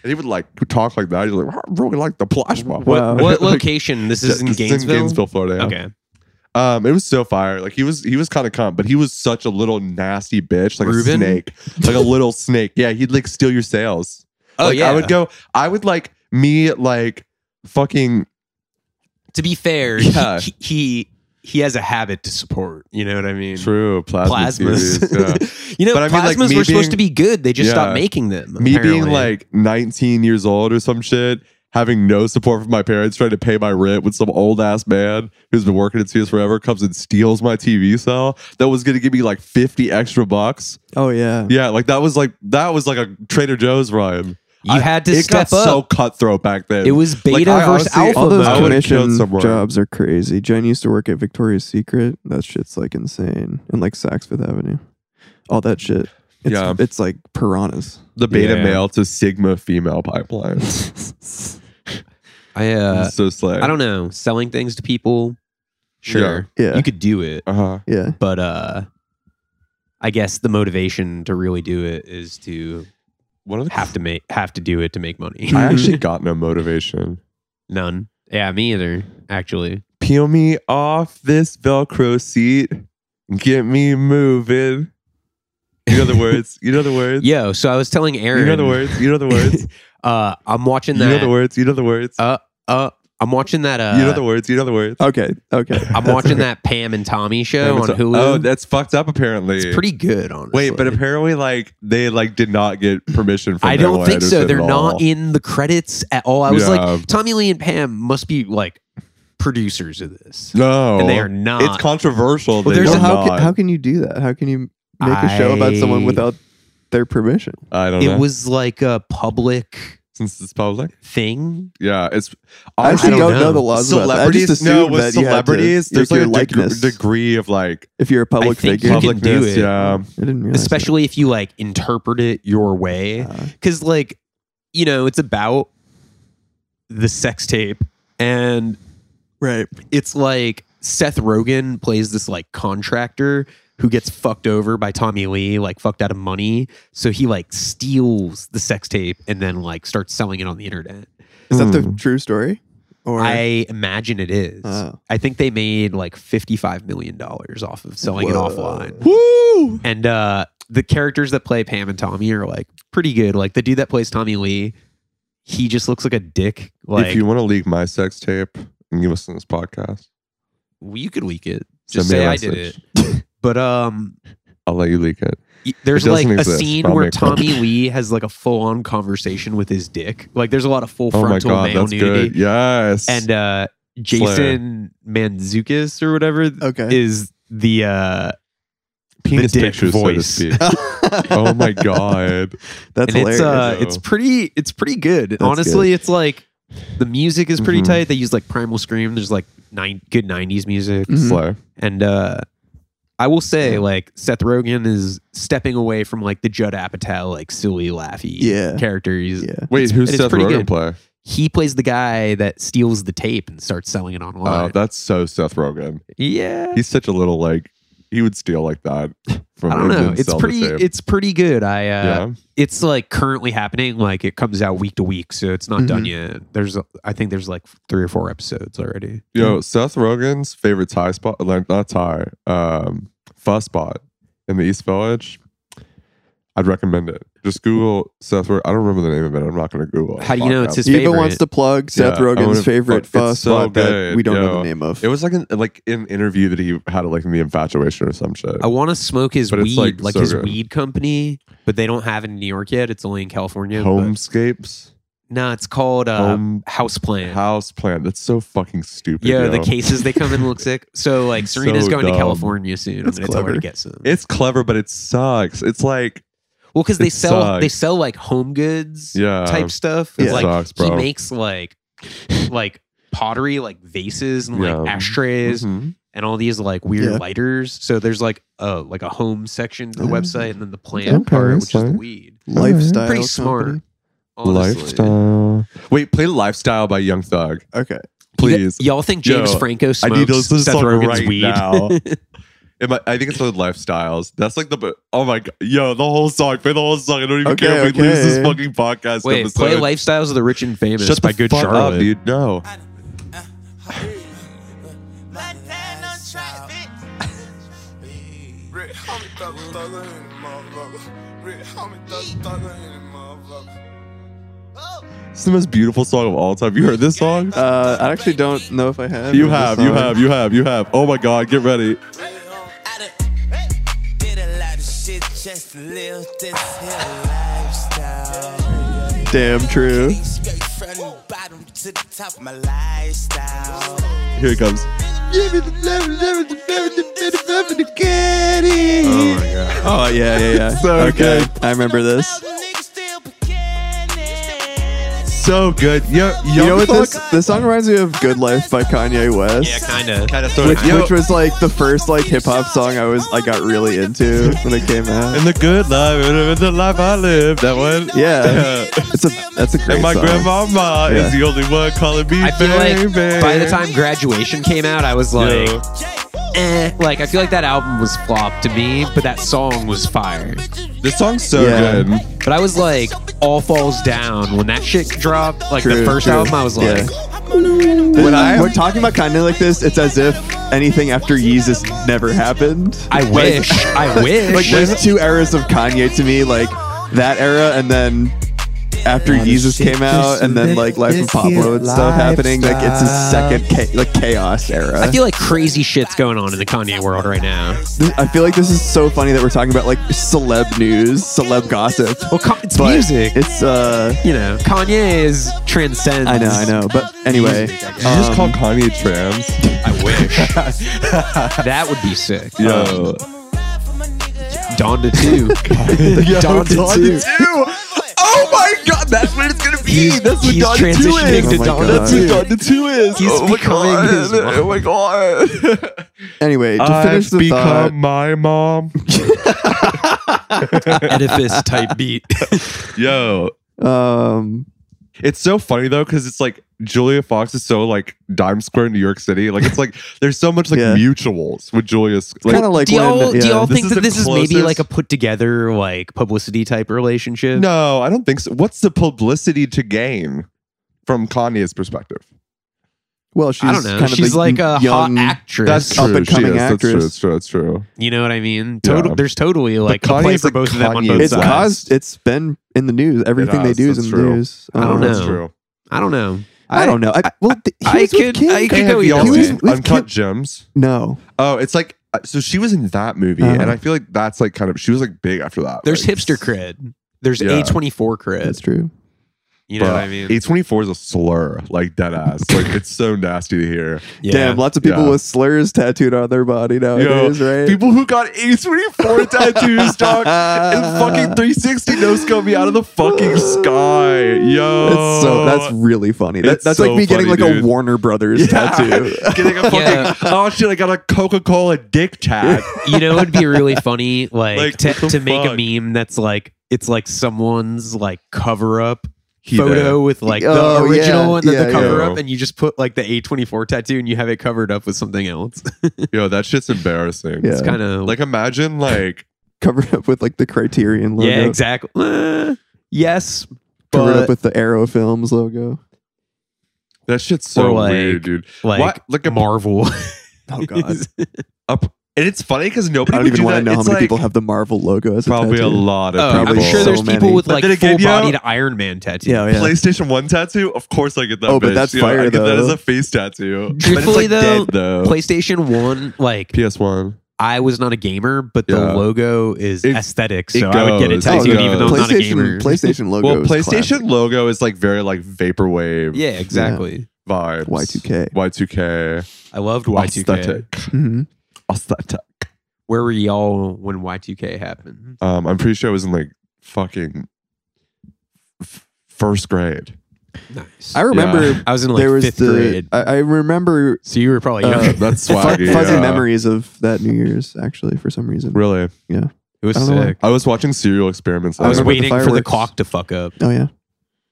A: he would like talk like that. He's like, I really like the plasma.
B: [laughs]
C: Wow.
A: [laughs] Like,
B: what location? This is in
A: this
B: Gainesville.
A: Florida. yeah.
B: Okay.
A: Um, it was so fire. Like he was, he was kind of calm, but he was such a little nasty bitch, like
B: Reuben?
A: a snake, like a little snake. Yeah, he'd like steal your sales.
B: Oh
A: like,
B: yeah.
A: I would go. I would like me like fucking
B: to be fair,
A: Yeah.
B: he, he he has a habit to support. You know what I mean?
A: true plasma
B: Plasmas.
A: TVs, yeah.
B: [laughs] you know,
A: But I mean,
B: plasmas
A: like, me
B: were
A: being-
B: supposed to be good. They just
A: Yeah.
B: stopped making
A: [laughs]
B: them.
A: me being
B: apparently.
A: like 19 years old or some shit, having no support from my parents, trying to pay my rent with some old ass man who's been working at CS forever comes and steals my TV cell that was gonna give me like 50 extra bucks.
C: Oh yeah.
A: Yeah, like that was like that was like a Trader Joe's rhyme.
B: you
A: I-
B: had to
A: it
B: step
A: got so
B: up.
A: cutthroat back then.
B: it was
A: Like,
B: beta
A: I
B: versus
A: honestly-
B: alpha.
C: All
A: I
C: those
A: would've
B: mode.
A: killed
C: commission
A: someone.
C: jobs are crazy. Jen used to work at Victoria's Secret. That shit's like insane. And like Saks Fifth Avenue. All that shit. It's,
A: Yeah.
C: it's like [laughs] piranhas.
A: the beta
B: Yeah.
A: male to sigma female pipeline.
B: I uh,
A: so slay.
B: I don't know. Selling things to people, sure,
C: Yeah.
B: you could do it,
A: Uh huh.
C: Yeah.
B: but uh, I guess the motivation to really do it is to
A: One of the
B: have to make have to do it to make money.
A: I actually got no motivation.
B: [laughs] None. Yeah, me either. Actually,
A: peel me off this velcro seat get me moving you know the words you know the words
B: [laughs] yo. So I was telling Aaron.
A: you know the words you know the words
B: [laughs] Uh, I'm
A: you
B: watching that.
A: know the words you know the words
B: Uh, uh, I'm watching that. Uh,
A: you know the words you know the words
C: Okay.
A: [laughs]
C: Okay.
B: I'm
C: That's
B: watching
C: okay.
B: that Pam and Tommy show
A: Damn,
B: on
A: it's a-
B: Hulu.
A: oh that's fucked up apparently
B: it's pretty good, honestly.
A: wait but apparently like they like did not get permission from
B: I don't
A: Pamela
B: think so.
A: Anderson
B: They're
A: at all.
B: not e- in the credits at all. I was
A: Yeah.
B: like, Tommy Lee and Pam must be like producers of this,
A: no
B: and they are not.
A: it's controversial
B: Well,
A: they
B: there's
A: are
C: Well,
B: a-
C: how,
A: not.
C: can, how can you do that? How can you make a show about someone
B: I-
C: without their permission?
A: i don't
B: it
A: know
B: was like a public
A: since it's public
B: thing.
A: yeah it's
C: I actually
B: don't
C: don't, know.
B: know.
C: the laws about that. I
A: celebrities
C: just assumed
A: no with
C: that you had to-
A: celebrities
C: like
A: there's like
C: your
A: a deg-
C: likeness.
A: degree of like
C: if you're a public
B: I think
C: figure.
B: you can do
A: Publicness,
B: it,
A: yeah.
C: I didn't realize. that.
B: especially if you like interpret it your way.
C: Uh,
B: because like you know it's about the sex tape and
C: right.
B: it's like seth rogen plays this like contractor who gets fucked over by tommy lee like fucked out of money so he like steals the sex tape and then like starts selling it on the internet
C: Is that the
A: Mm.
C: true story? Or
B: i imagine it is
C: Oh.
B: i think they made like 55 million dollars off of selling
C: Whoa.
B: it offline
A: Woo!
B: and uh the characters that play Pam and Tommy are like pretty good. Like the dude that plays Tommy Lee, he just looks like a dick. Like
A: if you want to leak my sex tape and give us on this podcast,
B: well, you could leak it.
A: Send
B: Just
A: me a
B: say I did it.
A: message.
B: But um
A: I'll let you leak it.
B: y- there's
A: It
B: like
A: doesn't
B: a
A: exist,
B: scene
A: but I'll
B: where
A: make one.
B: Tommy Lee has like a full on conversation with his dick. Like there's a lot of full
A: Oh my
B: frontal
A: god,
B: male
A: that's
B: nudity.
A: good. Yes.
B: And uh Jason Manzukis or whatever
C: okay.
B: is the uh
A: penis
B: the dick
A: pictures,
B: voice.
A: so to speak.
C: [laughs]
A: oh
B: [laughs]
A: my god.
C: That's
B: and
C: hilarious.
B: it's uh,
A: though.
B: it's pretty it's pretty good.
C: That's Mm-hmm.
B: Honestly, it's like the music is pretty
A: Mhm.
B: tight. They use like Primal Scream. There's like nine good '90s music,
C: Mhm.
A: Slay.
B: and uh, I will say like Seth Rogen is stepping away from like the Judd Apatow like silly laughy
C: Yeah.
B: characters.
C: yeah.
A: Wait,
B: It's-
A: who's
B: it's
A: Seth
B: pretty
A: Rogen
B: good.
A: play?
B: He plays the guy that steals the tape and starts selling it
A: Oh,
B: online.
A: that's so Seth Rogen.
B: yeah,
A: He's such a little like he would steal like that from
B: I don't
A: England,
B: know. It's
A: sell the
B: pretty.
A: same.
B: It's pretty good. I uh,
A: yeah.
B: it's like currently happening. Like it comes out week to week, so it's not done
A: Mm-hmm.
B: yet. There's, I think there's like three or four episodes already.
A: Yo, Seth Rogen's favorite tie spot, like not tie, um, fuss spot in the East Village. I'd recommend it. Just Google Seth. Ro- I don't remember the name of it. I'm not going to Google. it.
B: How do you know it's
A: Podcast.
B: his
C: Eva
B: favorite?
C: wants to plug Seth
A: Yeah, I
C: Rogen's
A: would've- fuck,
C: favorite
A: it's
C: fuss
A: so
C: spot that
A: good,
C: we don't know
A: yo.
C: the name of.
A: It was like an like an interview that he had like in the infatuation or some shit.
B: I want to smoke his
A: But it's,
B: weed, like,
A: like, so
B: his
A: good.
B: weed company, but they don't have it in New York yet. It's only in California. but-
A: Homescapes,
B: No, it's called uh,
A: Home-
B: Houseplant.
A: house plant. That's so fucking stupid.
B: Yo,
A: yo.
B: the cases they come in
A: [laughs]
B: look sick. So like Serena's
A: So
B: going to
A: dumb.
B: California soon.
C: That's
B: I'm gonna tell her to
C: clever.
B: get some.
A: It's clever, but it sucks. It's like
B: well, because they
A: it
B: sell they
A: sucks.
B: sell like home goods
A: yeah,
B: type stuff. It's
A: it
B: like
A: sucks,
B: he
A: bro.
B: makes like like pottery, like vases and like
A: Yeah.
B: ashtrays
A: Mhm.
B: and all these like weird
C: Yeah.
B: lighters. So there's like a like a home section to the
C: Yeah.
B: website and then the plant
A: Okay,
B: part, which is
A: sorry.
B: the weed.
C: lifestyle.
B: Pretty smart.
C: company.
B: honestly.
A: Lifestyle. Wait, play "Lifestyle" by Young Thug,
C: Okay.
B: You th-
A: please.
B: y'all think James
A: Yo,
B: Franco
A: I
B: smokes
A: need to listen to
B: Seth
A: this song
B: Rogen's
A: right [laughs]
B: weed? [laughs]
A: now. It might, I think it's called Lifestyles. That's like the oh my god, yo, the whole song. Play the whole song. I don't even
C: Okay,
A: care if we lose
C: okay.
A: this fucking podcast
B: Wait,
A: episode.
B: play Lifestyles of the Rich and Famous
A: Shut
B: by
A: the
B: Good
A: fuck
B: Charlotte.
A: up, dude. No,
D: Montana trap, bitch.
E: Rick, how many thugs thuggin' in the motherfucker? Rick, how many thugs thuggin' in the motherfucker?
D: Oh,
A: it's the most beautiful song of all time. You heard this song?
C: Uh, I actually don't know if I have.
A: you
C: this
A: have, you
C: song.
A: have, you have, you have. Oh my god, get ready.
D: I done did a lot of shit just to live this here lifestyle.
C: Damn true.
D: Straight from the bottom to the top of my lifestyle.
A: Here it comes.
C: Oh my god. Oh yeah, yeah,
A: [laughs]
C: yeah.
A: So
C: okay,
A: good.
C: I remember this.
D: Niggas still beginning.
A: So good. Yo, yo,
C: You know what this this song reminds me of? Good Life by Kanye West.
B: kinda. Kinda
C: Which, which was like the first like hip hop song I was I got really into when it came out.
A: in the good life, in the life I live. That one. [laughs]
C: Yeah, it's a that's a great
A: And my
C: song.
A: grandmama is
C: Yeah.
A: the only one calling me
B: I feel
A: baby.
B: like by the time graduation came out, I was like,
A: Yo.
B: eh. Like I feel like that album was flop to me, but that song was fire.
A: This song's so
C: Yeah.
A: good.
B: But I was like, All Falls Down when that shit dropped. Like the
C: True,
B: first
C: true.
B: album, I was like,
C: Yeah. when I, we're talking about Kanye like this, it's as if anything after Yeezus never happened.
B: I
C: Like-
B: wish, I wish.
C: [laughs] Like there's two eras of Kanye to me, like that era and then after Yeezus came out, and then like Life of Pablo and stuff happening. Like it's his second cha- like chaos era.
B: I feel like crazy shit's going on in the Kanye world right now.
C: This- I feel like this is so funny that we're talking about like celeb news, celeb gossip.
B: Well, Ka- it's
C: But
B: music.
C: It's uh,
B: you know, Kanye is transcends.
C: I know, I know. But anyway,
A: Did you just call
C: um,
A: Kanye trans?
B: I wish that would be sick. Uh,
A: Yo.
B: Donda
C: [laughs]
B: too.
C: Yo,
B: Donda
C: Donda
B: too.
C: too.
A: Oh my god, that's what it's gonna be.
B: He's-
A: that's what
B: he's
A: Donda
B: transitioning
A: two
C: to
A: is.
C: Oh my Donda God.
A: that's
C: two.
A: what Donda two is.
B: He's
A: oh my
B: becoming
A: god.
C: [laughs]
B: his mom.
A: Oh my god.
C: Anyway, to finish the thought,
A: my mom.
B: Edifice type
C: [laughs]
B: beat.
A: Yo,
C: um,
A: it's so funny though because it's like Julia Fox is so like Dime Square, New York City. Like it's like [laughs] there's so much like
C: Yeah.
A: mutuals with Julia. Sc-
C: kind of like
B: do y'all,
C: when yeah,
B: do y'all
A: this
B: think
A: is
B: that
A: the
B: this is maybe
A: closest-
B: like a put together like publicity type relationship?
A: No, I don't think so. What's the publicity to gain from Kanye's perspective?
C: well, she's
B: I don't know.
C: Kind of
B: She's
C: the
B: like a
C: young,
B: hot actress.
C: That's- Up and
A: She
C: coming
A: is. That's true.
C: actress.
A: That's true. That's true.
B: you know what I mean? Total,
A: Yeah.
B: There's totally like a
A: Kanye's
B: play for
A: like
B: both of them on
A: Kanye
B: both
C: It's
A: West.
B: sides.
C: caused. It's been in the news. Everything they
A: has,
C: do is in
A: that's
C: the
A: true.
C: news.
B: I don't
C: Um,
A: That's
B: know.
A: true.
B: I don't know.
C: I don't know. I, well, th- he
B: I
C: was with
B: could-
C: Kim.
B: I could
A: Hey,
B: go
A: have
B: either
A: y'all
B: way.
A: seen
C: With
A: Uncut
C: Kim-
A: Gems.
C: no.
A: Oh, it's like uh, so she was in that movie,
C: Uh-huh.
A: and I feel like that's like kind of she was like big after that.
B: There's
A: like,
B: hipster cred. There's
A: Yeah.
B: A24 cred.
C: That's true.
B: you know what I mean?
A: A twenty four is a slur, like dead ass. like it's so nasty to hear.
B: Yeah.
C: Damn, lots of people
A: Yeah.
C: with slurs tattooed on their body nowadays, right?
A: People who got A twenty four
B: [laughs]
A: tattoos, dog, and fucking three sixty nose got me out of the fucking sky, yo.
C: That's
B: Oh.
C: so. That's really funny. That,
A: It's
C: that's
A: so
C: like me getting like
A: funny, dude.
C: a Warner Brothers tattoo. [laughs]
A: [laughs] Getting a fucking
B: Yeah.
A: oh shit! I got a Coca Cola dick
B: [laughs]
A: tag.
B: you know, it'd be really
C: [laughs]
B: funny, like,
A: Like,
B: to,
A: what the
B: to make
A: fuck?
B: a meme that's like it's like someone's like cover up
A: He
B: photo
A: there.
B: with like the
C: Oh, yeah,
B: original and then
C: yeah,
B: the cover
A: yeah.
B: up, and you just put like the A24 tattoo and you have it covered up with something else.
A: Yo, that shit's embarrassing.
C: Yeah.
B: It's kind of
A: Like imagine like
C: covered up with like the Criterion logo.
B: yeah, exactly. Uh, yes,
C: Covered
B: but
C: up with the Arrow
B: [laughs]
C: Films logo.
A: that shit's so
B: Or, like,
A: weird, dude.
B: like
A: What? Look at
B: Marvel. [laughs]
C: Oh god.
A: up and it's funny because
C: I
A: nobody
C: don't
A: would
C: even
A: do
C: want to
A: that.
C: know how
A: It's
C: many
A: like
C: people have the Marvel logo as a
A: probably a
C: tattoo.
A: lot of
B: Oh,
A: people.
B: I'm
C: Probably
B: sure
C: so
B: there's
C: many.
B: people with
A: But
B: like
A: then again,
B: full
A: yo-
B: bodied Iron Man tattoos.
C: Yeah, yeah.
A: PlayStation One tattoo? Of course I get that.
C: Oh, but
A: bitch.
C: that's
A: You know, I
C: fire,
A: get That
C: though.
A: is a face tattoo. But it's
B: Truthfully,
A: like
B: though,
A: dead though.
B: PlayStation One, like
A: PS One.
B: I was not a gamer, but the
A: Yeah.
B: logo is
A: It-
B: aesthetic,
A: it
B: so I would get it
A: goes, it
B: tattooed Oh, even though I'm not a gamer.
C: PlayStation PlayStation logo.
A: Well,
C: is
A: PlayStation
C: classic.
A: logo is like very like vaporwave
B: yeah, exactly.
A: vibes.
C: Y2K.
A: Y2K.
B: I loved Y2K.
A: Aesthetic.
C: [laughs]
B: Mm-hmm.
C: Mhm.
A: Aesthetic.
B: Where were y'all when Y2K happened?
A: Um, I'm pretty sure I was in like fucking f- first grade.
B: Nice. I,
C: I remember
A: Yeah.
B: was in [laughs] like
C: there was
B: fifth
C: the
B: grade,
C: I, I remember
B: so you were probably
C: uh,
A: [laughs]
B: young.
C: [laughs]
A: That's
C: fu-
A: swaggy.
C: fuzzy
A: yeah.
C: memories of that New Year's actually for some reason.
A: Really,
B: it was
C: I don't know why.
B: sick.
A: I was watching Serial Experiments.
B: I was
A: last
C: remember the
A: week.
B: waiting for the
C: fireworks.
B: clock to fuck up.
C: Oh yeah.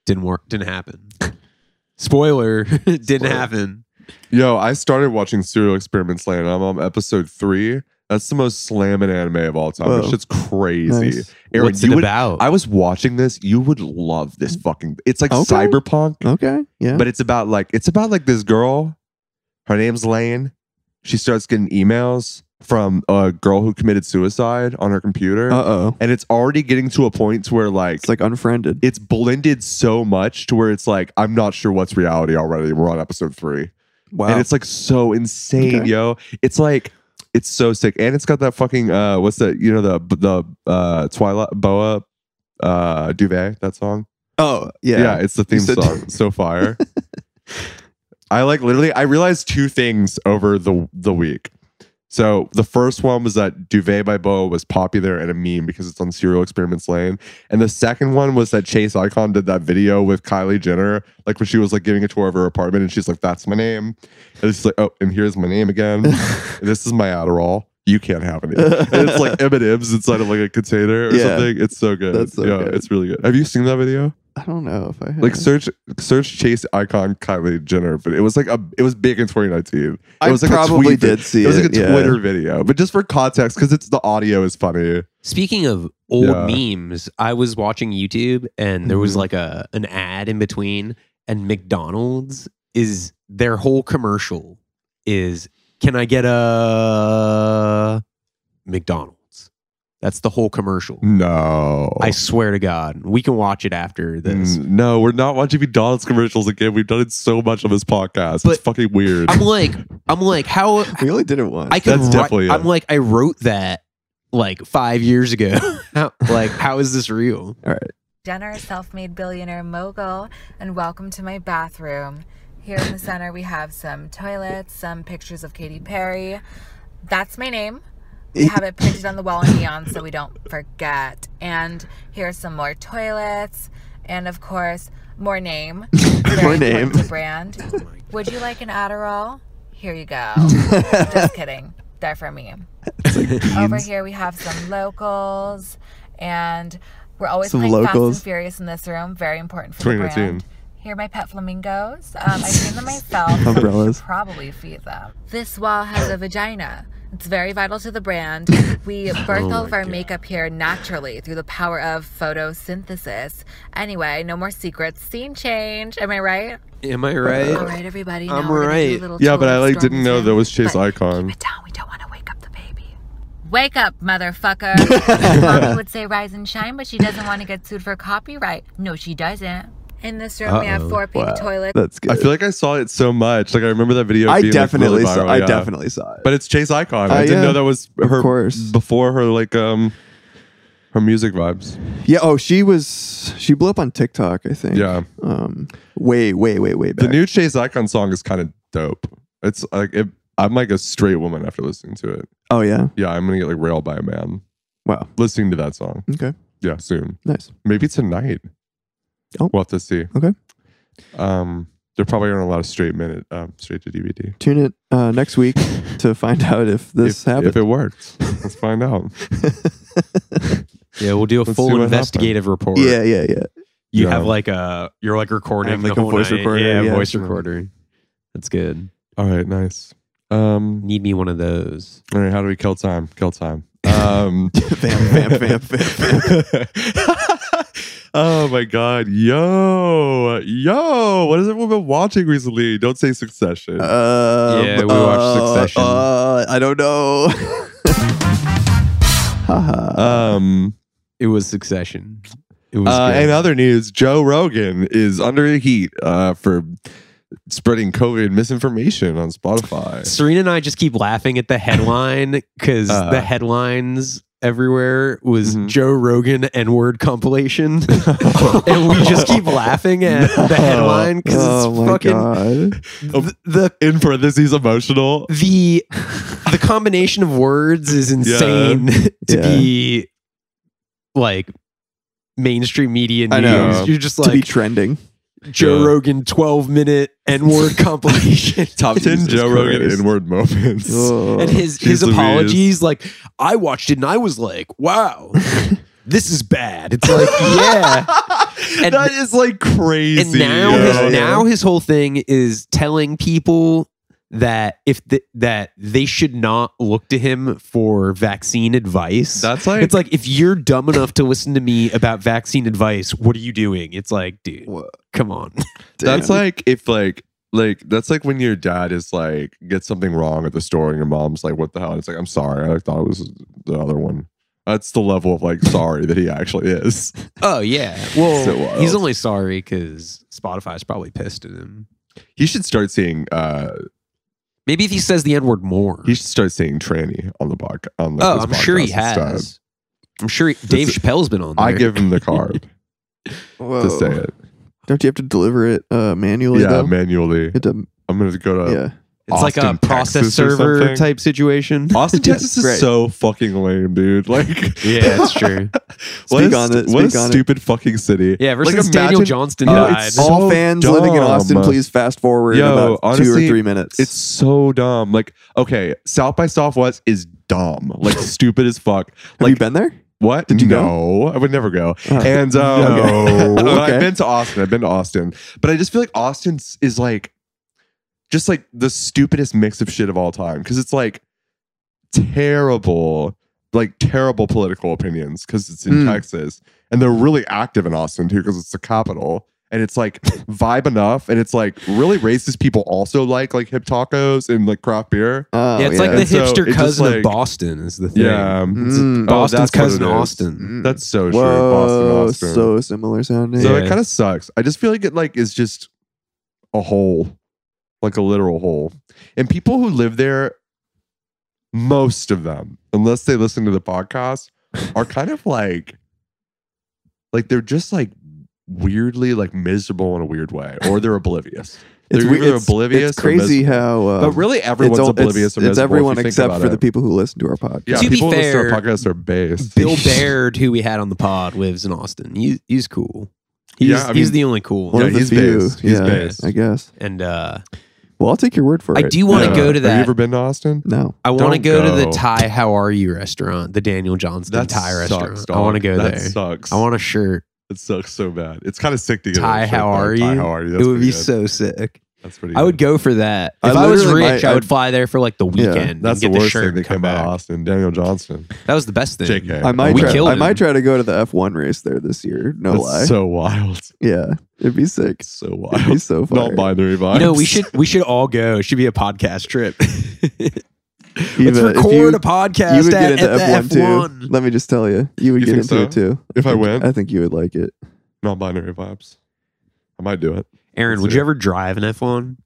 B: Didn't work. Didn't happen. [laughs] Spoiler. [laughs] didn't
C: Spoiler.
B: happen.
A: Yo, I started watching Serial Experiments Land. I'm on episode three. That's the most slamming anime of all time. That
C: Whoa.
A: shit's crazy.
C: Nice.
A: Aaron,
B: What's
A: you
B: it
A: would-
B: about?
A: I was watching this. You would love this fucking. It's like
C: Okay.
A: cyberpunk,
C: Okay. Yeah.
A: but it's about like it's about like this girl. Her name's Lane. She starts getting emails from a girl who committed suicide on her computer,
C: uh oh.
A: and it's already getting to a point to where like
C: It's like unfriended.
A: it's blended so much to where it's like I'm not sure what's reality already. We're on episode three.
C: Wow.
A: And it's like so insane,
C: Okay.
A: yo. It's like it's so sick, and it's got that fucking uh, what's that? You know the the uh, Twilight Boa uh, duvet that song.
C: oh yeah.
A: Yeah, it's the theme
C: You said- [laughs]
A: song. so fire. I like literally. I realized two things over the the week. So the first one was that Duvet by Boa was popular and a meme because it's on Serial Experiments Lane, and the second one was that Chase Icon did that video with Kylie Jenner, like when she was like giving a tour of her apartment, and she's like, "That's my name," and it's like, "Oh, and here's my name
C: [laughs]
A: again. this is my Adderall. You can't have any." And it's like M and M's inside of like a container or
C: [laughs] Yeah.
A: something. It's so good.
C: That's so
A: yeah,
C: good.
A: it's really good. Have you seen that video?
C: I don't know if I have.
A: Like search search chase icon Kylie Jenner, but it was like a it was big in 2019. It
C: I
A: was like
C: probably
A: a tweet
C: did
A: vid-
C: see
A: It was like
C: it,
A: a
C: yeah.
A: Twitter video, but just for context, because it's the audio is funny.
B: Speaking of old
A: Yeah. Mm-hmm.
B: memes, I was watching YouTube and there was
C: Mhm.
B: like a an ad in between, and McDonald's is their whole commercial is can I get a McDonald's? That's the whole commercial.
A: Mm. No,
B: I swear to God, we can watch it after this.
A: Mm, no, we're not watching McDonald's commercials again. We've done it so much on this podcast.
B: But-
A: it's fucking weird.
B: I'm like, I'm like, how
C: [laughs] we only did it once.
B: I can.
A: That's
B: write-
A: definitely it.
B: I'm like, I wrote that like five years ago. [laughs] How- like, how is this real?
C: [laughs]
F: Jenner, self made billionaire mogul, and welcome to my bathroom. Here in the center, we have some toilets, some pictures of Katy Perry. That's my name. We have it printed on the wall in neon so we don't forget. And here's some more toilets, and of course, more name. Very
C: More
F: important [laughs]
C: name. [laughs]
F: to brand. Would you like an Adderall? Here you go.
C: [laughs]
F: Just kidding. They're for me. Over here we have some locals, and we're always
C: Some
F: playing Fast
C: locals.
F: and Furious in this room. Very important for the
A: 2019.
F: brand. Here are my pet flamingos. Um, I trained
A: [laughs]
F: them myself. so I should
C: Umbrellas.
F: Probably feed them. This wall has a vagina. It's very vital to
A: [laughs]
F: the brand.
A: Oh
F: We birth all of our makeup here naturally through the power of photosynthesis. Anyway, no more secrets. Scene change. Am I right?
B: Am I right?
F: All right, everybody.
B: Eh, I'm
F: now we're gonna
B: right.
F: do a little
A: yeah,
F: tour
A: but I
F: of
A: like didn't know
F: Stormington,
A: there was Chase
F: but
A: Icon.
F: it down. We don't want to wake up the baby. Wake up, motherfucker. Mommy would say rise and shine, but she doesn't want to get sued for copyright. No, she doesn't. In this room, we have four pink toilets.
C: That's good.
A: I feel like I saw it so much. Like I remember that video.
C: I
A: being, like,
C: definitely
A: really
C: saw.
A: viral,
C: I
A: yeah.
C: definitely saw it.
A: But it's Chase Icon.
C: Uh,
A: I didn't
C: yeah.
A: know that was
C: Of
A: her
C: course.
A: before her like um her music vibes.
C: yeah. Oh, she was. She blew up on TikTok. I think.
A: Yeah.
C: Um. Way, way, way, way back.
A: The new Chase Icon song is kind of dope. It's like it, I'm like a straight woman after listening to it.
C: oh yeah.
A: Yeah, I'm gonna get like railed by a man
C: Wow.
A: listening to that song.
C: Okay.
A: Yeah, soon.
C: Nice.
A: Maybe tonight.
C: Oh.
A: We'll have to see.
C: Okay.
A: Um, there probably aren't a lot of straight minute um, straight to DVD.
C: Tune it uh,
A: [laughs]
C: next week to find out if this
A: if,
C: happened.
A: if it works, let's
C: [laughs]
A: find out.
B: Yeah, we'll do a
A: Let's see
B: full
A: what
B: investigative
A: [laughs]
B: report.
C: yeah, yeah, yeah.
B: You
A: Yeah.
B: have like a you're like recording
C: have, like,
B: the
C: a
B: whole
C: voice
B: night.
C: recorder,
B: Yeah,
C: yeah,
B: voice
C: sure.
B: recorder. That's good.
A: All right, nice. Um,
B: Need me one of those.
A: all right, how do we kill time? Kill time. Um,
C: vamp, vamp, vamp,
A: [laughs]
C: vamp.
A: oh my god, yo, yo! What has everyone been watching recently? Don't say Succession.
B: Uh,
C: Um,
B: Yeah, we watched
C: uh,
B: Succession.
C: Uh, I don't
A: [laughs]
C: know. Haha.
A: um,
B: It was Succession. It was
A: Uh,
B: good.
A: in other news, Joe Rogan is under the heat uh, for spreading COVID misinformation on Spotify.
B: Serena and I just keep laughing at the headline because
A: Uh.
B: the headlines everywhere was
C: Mm-hmm.
A: Mhm.
B: Joe Rogan N word
C: [laughs]
B: compilation, [laughs] and we just keep laughing at the headline because
C: oh
B: it's
C: my
B: fucking
C: god.
B: th- the
A: Oh, In parentheses,
B: [laughs]
A: emotional.
B: the the combination of words is insane [laughs] to
C: Yeah.
B: be like mainstream media news.
C: I know.
B: You're just
C: to be
B: like
C: trending.
B: Joe
A: Yeah.
B: Rogan 12 minute N
C: [laughs]
B: word compilation.
A: [laughs] Top 10
C: Jesus
A: Joe Rogan
C: Christ.
A: inward moments.
C: Oh.
B: and his
A: Jeez
B: his
A: Louise.
B: apologies like i watched it and i was like [laughs] wow this is bad it's like yeah [laughs] And-
A: that is like crazy.
B: and now
A: yo.
B: his,
C: Yeah, yeah.
B: now his whole thing is telling people that if th- that they should not look to him for vaccine advice
A: that's like,
B: it's like if you're dumb enough to listen to me about vaccine advice what are you doing it's like dude
C: Wha-
B: come on
A: that's like if like like that's like when your dad is like gets something wrong at the store and your mom's like, "What the hell?" And it's like, "I'm sorry, I thought it was the other one." That's the level of like sorry that he actually is.
B: oh [laughs] yeah well
A: So wild.
B: he's only sorry because spotify's probably pissed at him
A: He should start seeing uh
B: maybe if he says the n-word more
A: He should start saying tranny on the podcast. On the,
B: Oh,
A: this
B: I'm sure
A: podcast
B: he
A: instead.
B: has. I'm sure he, Dave Chappelle's been on. There.
A: I give him the
B: [laughs]
A: card to
C: Whoa.
B: Oh.
A: say it.
C: Don't you have to deliver it uh, manually?
A: Yeah, uh,
C: though?
A: manually.
C: You have to-
A: I'm gonna go to
C: yeah.
B: it's like a
A: Austin,
B: process
A: Texas or
B: server
A: something.
B: type
A: [laughs]
B: situation.
C: [laughs]
A: Austin, Texas is
C: right.
A: so fucking lame, dude. Like,
B: yeah, that's true.
A: [laughs] what
C: Speak
A: a,
C: on
A: stu-
C: it,
A: what a
C: speak on it.
A: stupid fucking city.
B: [laughs] Yeah, ever
A: Like,
B: since Daniel
A: imagine-
B: Johnston
A: Oh,
B: died,
A: it's so
C: All fans living in Austin,
A: dumb.
C: please fast forward
A: Yo,
C: about two
A: honestly,
C: or three minutes.
A: It's so dumb. Like, okay, South by Southwest is dumb.
C: [laughs]
A: Like, stupid as fuck.
C: have
A: Like,
C: you been there?
A: what?
C: Did you
A: no, I would never go.
C: Oh.
A: And um, [laughs]
C: No.
A: well,
C: Okay.
A: I've been to Austin. I've been to Austin, but I just feel like Austin is like just like the stupidest mix of shit of all time because it's like terrible, like terrible political opinions because it's in
C: Mm.
A: Texas and they're really active in Austin too because it's the capital. And it's like vibe enough, and it's like really racist people also like like hip tacos and like craft beer.
C: [laughs] Oh,
B: yeah, it's like the
A: And so it
B: hipster
A: just,
B: cousin of
A: like-
B: Boston is the thing.
A: Yeah,
C: Mm.
A: Oh,
B: Boston's
A: that's what
B: cousin
A: it is.
B: Austin.
C: Mm.
A: That's so true. Boston,
C: Whoa,
A: Austin.
C: so similar sounding.
A: So
B: Yeah.
A: it kind of sucks. I just feel like it like is just a hole, like a literal hole. And people who live there, most of them, unless they listen to the podcast, are kind of like, like they're just like weirdly like miserable in a weird way, or they're oblivious.
C: It's,
A: They're
C: weird-
A: either
C: it's,
A: oblivious
C: It's
A: or
C: crazy how um,
A: but really, everyone's
C: it's, all-
A: oblivious.
C: It's,
A: or
C: it's
A: miserable if
C: everyone
A: you think
C: except
A: about
C: for the
A: it.
C: people who listen to our podcast.
A: Yeah,
B: To be
A: people who listen to
B: fair,
A: our podcasts are based. [laughs]
B: Bill Baird, who we had on the pod, lives in Austin. He, he's cool. He's,
A: Yeah, I
B: he's
A: mean-
B: the only cool one.
C: One
A: Yeah,
C: of the
A: he's
C: few.
A: based. He's
C: yeah,
A: based.
C: I guess.
B: And uh,
C: Well, I'll take your word for
B: I
C: it.
B: do want to
A: Yeah.
B: go to
A: Have you
B: that.
A: ever been to Austin?
C: No.
B: I want to
A: Don't
B: go, to the
A: go.
B: Thai How Are You restaurant, the Daniel Johnston
A: That
B: Thai
A: sucks,
B: restaurant. I
A: dog.
B: want to go
A: that
B: there.
A: Sucks.
B: I want a shirt.
A: It sucks so bad. It's kind of sick to get.
B: Ty,
A: that shit,
B: how
A: though.
B: are
A: Ty,
B: you?
A: how are you?
B: It would
A: pretty
B: be
A: good.
B: so sick.
A: That's pretty.
B: I would
A: good.
B: go for that.
C: I
B: If I, was
C: literally
B: rich,
C: might-
B: I would
C: I-
B: fly there for like the
C: Yeah,
B: weekend. and
A: That's the
B: get
A: worst
B: shirt
A: thing that
B: and come
A: came out
B: back.
A: of Austin. Daniel Johnston.
B: That was the best thing.
A: JK.
C: I might.
B: We
C: Try,
B: killed
C: I
B: him.
C: might try to go to the F1 race there this year. No
A: That's
C: lie.
A: So wild. [laughs]
C: yeah, it'd be sick.
A: It's so
B: [laughs]
C: It'd be
A: wild.
C: [laughs] so fun.
A: Not binary vibes.
B: You know, we should we should all go. It should be a podcast trip. [laughs] Let's
C: Eva, if
B: record
C: you-
B: a podcast
C: you would
B: at,
C: get into
B: at the
C: F1,
B: F1.
C: too. Let me just tell you, you would
A: You
C: get
A: think
C: into it
A: so?
C: too.
A: If I
C: think-
A: went?
C: I think you would like it.
A: non-binary vibes. I might do it. [laughs]
B: Aaron, would you ever drive an F1?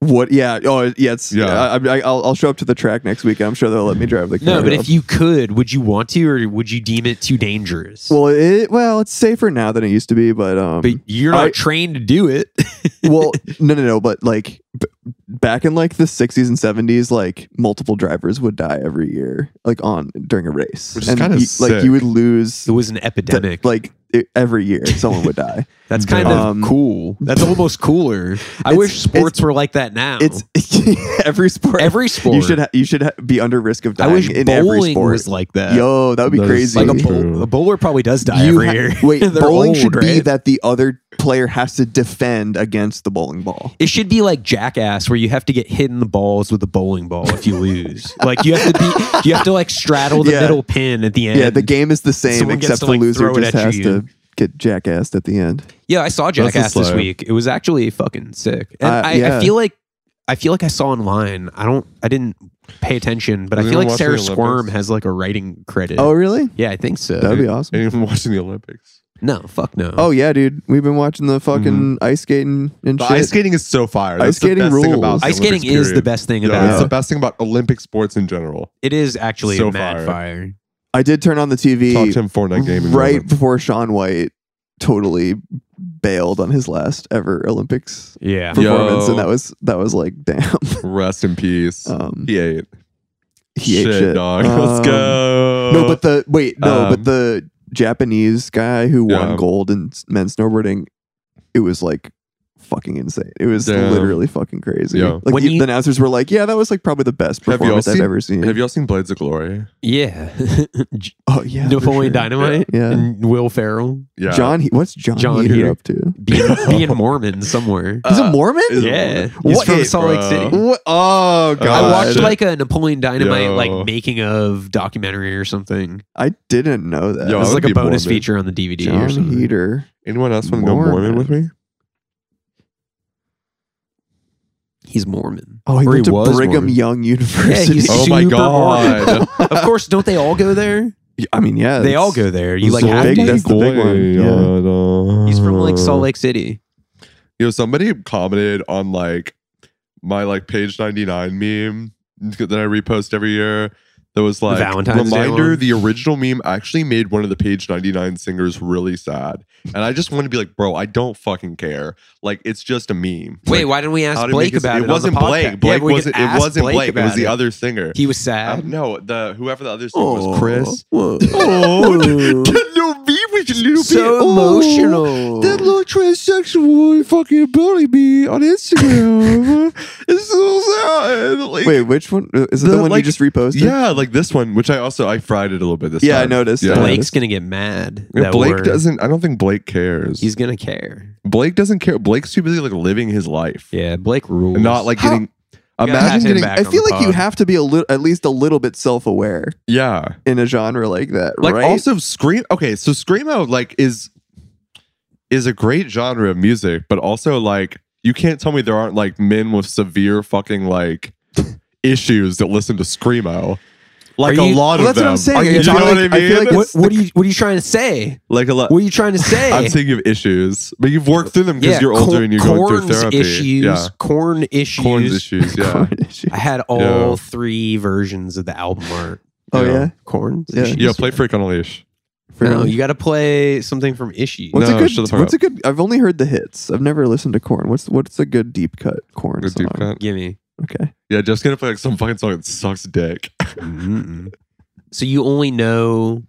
C: What? Yeah. Oh, yeah. It's,
A: Yeah.
C: yeah. I, I, I'll, I'll show up to the track next week. and I'm sure they'll let me drive the car.
B: No, but if you could, would you want to, or would you deem it too dangerous?
C: well, it well, it's safer now than it used to be, but um,
B: but you're not
C: I-
B: trained to do it. [laughs]
C: well, no, no, no. But like b- back in like the 60s and 70s, like multiple drivers would die every year, like on during a race,
A: Which is
C: And
A: kinda
C: you- like
A: sick.
C: you would lose
B: it was an
C: the-
B: epidemic.
C: like it- every year someone
B: [laughs]
C: would die.
B: That's kind
C: Um,
B: of cool. That's almost cooler. I wish
C: it's-
B: sports were like that now.
C: It's [laughs] every sport.
B: Oh. Every sport.
C: You should ha- you should ha- be under risk of
B: I
C: dying
B: wish
C: in every
B: bowling
C: sport.
B: was like that.
C: Yo, that would be
A: That is
C: crazy.
B: like a,
A: Dude.
B: bowl, a bowler probably does die
C: You
B: every [laughs]
C: ha-
B: year.
C: Wait,
B: They're
C: bowling
B: old,
C: should be
B: right?
C: that the other player has to defend against the bowling ball.
B: It should be like jackass, where you have to get hit in the balls with a bowling ball if you lose. like you have to be, you have to like straddle the
C: Yeah.
B: middle pin at the end.
C: yeah, the game is the same
B: someone gets
C: except
B: to,
C: the
B: like,
C: loser
B: throw it
C: just
B: at
C: has
B: you.
C: to get jackassed at the end.
B: Yeah, I saw
A: That's the
B: Jackass this
A: slide.
B: week. It was actually fucking sick. And
C: Uh,
B: I,
C: yeah.
B: I feel like I feel like I saw online. I don't. I didn't pay attention, but I
A: Has
B: feel
A: anyone
B: like
A: watched
B: Sarah
A: the Olympics?
B: Squirm has like a writing credit.
C: Oh, really?
B: yeah, I think so.
C: That'd be awesome.
A: Anyone watching the Olympics?
B: no, fuck no.
C: Oh yeah, dude. We've been watching the fucking ice skating and
A: Mm-hmm. The
C: shit.
A: ice skating is so fire. That's
C: Ice skating
A: the best Thing
C: rules.
A: about the
B: ice skating
A: Olympics,
B: is the
A: period.
B: best thing
A: Yeah,
B: about
A: It's
B: it.
A: the best thing about Olympic sports in general.
B: It is actually
A: So
B: mad
A: fire.
B: fire.
C: I did turn on the
A: Talk to
C: TV
A: him for that game. in a
C: right
A: moment.
C: before Sean White totally bailed on his last ever Olympics
B: Yeah,
A: Yeah.
C: performance,
A: Yo.
C: and that was that was like [laughs] damn.
B: [laughs]
A: Rest in peace.
C: Um,
A: he ate.
C: he ate
A: shit,
C: shit.
A: dog. [laughs]
C: Um,
A: Let's go.
C: No, but the wait, no,
A: Uh, Um,
C: but the Japanese guy who won
A: Yeah.
C: gold in s- men's snowboarding, it was like fucking insane. It was
A: Damn.
C: literally fucking crazy.
A: Yeah.
C: Like
B: When
C: the,
B: you-
C: the announcers were like, "Yeah, that was like probably the best
A: Have y'all
C: performance I've
A: seen-
C: ever seen."
A: have y'all seen Blades of Glory?
B: yeah. [laughs] J-
C: oh yeah, for
B: Napoleon
C: sure.
B: Dynamite
C: Yeah.
B: and Will Ferrell
A: Yeah,
C: John, He- what's John,
B: John
C: Heater
B: Heater.
C: up to? [laughs]
B: being, being Mormon somewhere.
C: He's a Mormon.
A: is-
B: yeah,
A: Mormon.
B: he's
A: What
B: from
A: is-
B: Salt Lake
A: Bruh.
B: City.
C: [laughs] What? Oh god,
B: I
A: Uh,
B: watched
A: shit.
B: like a Napoleon Dynamite
A: Yo.
B: like making of documentary or something.
C: I didn't know that.
A: Yo,
B: It
A: I
B: was
A: would
B: like a
A: be
B: bonus
A: Mormon.
B: feature on the DVD or
C: John
B: something.
C: Heater.
A: Anyone else want to go
C: Mormon.
A: Mormon with me?
B: He's Mormon.
C: Oh, he
B: Or
C: went to
B: was
C: Brigham
B: Mormon.
C: Young
B: Yeah,
C: University.
B: he's [laughs]
A: Oh my
B: super
A: God. [laughs]
B: Mormon. [laughs] of course, don't they all go there?
C: Oh, I mean, yeah,
B: They all
C: it's-
B: go there. You like
C: So
B: have
C: big-
B: to.
C: that's the big one,
A: one.
B: He's from like Salt Lake City.
A: You know, somebody commented on like my like page 99 meme that I repost every year that was like
B: Valentine's Day
A: reminder
B: one?
A: the original meme actually made one of the page 99 singers really sad. And I just want to be like, bro, I don't fucking care. Like it's just a meme.
B: Wait,
A: Like,
B: why didn't we ask
A: how to make
B: Blake
A: this-
B: about it?
A: it wasn't Blake. Blake wasn't it wasn't Blake, it was the other singer.
B: He was
A: Uh,
B: sad.
A: no, the whoever the other singer was Chris. [laughs]
C: Whoa.
A: Oh, that little meme was a little
B: So
A: bit- oh.
B: emotional.
A: That little transsexual fucking bully me on Instagram. [laughs] it's so sad. Like,
C: Wait, which one Uh, is it? The,
A: The,
C: one
A: like-
C: you just reposted?
A: yeah, like this one, which I also I fried it a little bit this
C: Yeah, I
A: time.
C: noticed.
A: Yeah.
B: Blake's gonna get mad.
A: Yeah,
B: that
A: Blake
B: we're-
A: doesn't. I don't think Blake cares.
B: He's gonna care.
A: Blake doesn't care. Blake's too busy like living his life,
B: Yeah, Blake rules.
A: and not like
C: How-
A: getting.
B: gotta have
A: Imagine
B: him
A: getting.
B: back
C: I
B: on
C: feel
B: the
C: like you
B: pod.
C: have to be a little, at least a little bit self-aware
A: Yeah,
C: in a genre like that,
A: like
C: right? [laughs]
A: also scream. Okay, so screamo like is is a great genre of music, but also like you can't tell me there aren't like men with severe fucking like [laughs] issues that listen to screamo. Like
B: Are
A: a
B: you-
A: lot
C: Well,
A: of
C: that's what
A: them.
C: I'm saying.
B: Are you
A: You know
B: talking-
A: what I mean?
C: I feel like
B: What, what are you? What are you trying to say?
A: like a lot.
B: What are you trying to say?
A: [laughs] I'm saying you have issues, but you've worked through them because you're older
B: cor-
A: and you're going through
B: corns
A: therapy.
B: Issues,
A: Yeah,
B: corn issues.
A: corns issues.
C: [laughs]
A: Yeah,
B: I had all
A: Yeah.
B: three versions of the album art.
C: oh yeah.
A: Yeah.
B: Corns.
C: Yeah.
B: issues?
A: yeah. Play freak on a leash.
B: No,
C: Fair.
B: you got to play something from issues.
C: What's
A: No,
C: a good?
A: shut the fuck
C: What's
A: up.
C: a good? I've only heard the hits. I've never listened to Corn. What's what's a good deep cut Corn?
A: Good deep
C: song?
A: cut.
B: Give me.
C: Okay.
A: Yeah, just gonna play like some fucking song that sucks dick.
B: Mm-mm. so you only know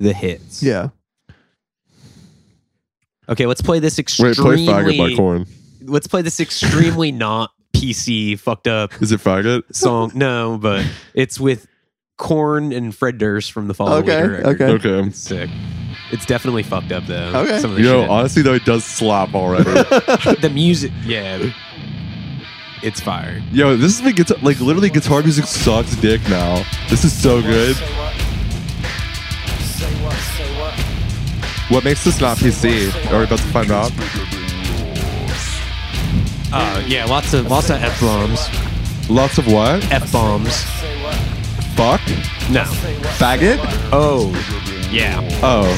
B: the hits.
C: Yeah.
B: Okay, let's play this extremely.
A: Wait, play faggot by corn.
B: Let's play this extremely [laughs] not PC fucked up
A: Is it faggot?
B: song. No, but it's with Corn and Fred Durst from the Follow
C: Okay,
B: Leader record.
C: okay.
A: Okay.
B: It's sick. It's definitely fucked up though.
C: Okay.
B: Some of the,
A: Yo,
B: shit.
A: honestly though, it does slap already.
B: the music, yeah, it's fire.
A: Yo, this is been guitar, like literally guitar music sucks dick now. This is so good. What makes this not PC? Are we about to find out?
B: Uh, yeah, lots of lots of f bombs,
A: Lots of what?
B: f bombs.
A: Fuck?
B: No,
A: Faggot?
B: oh, yeah.
A: Oh.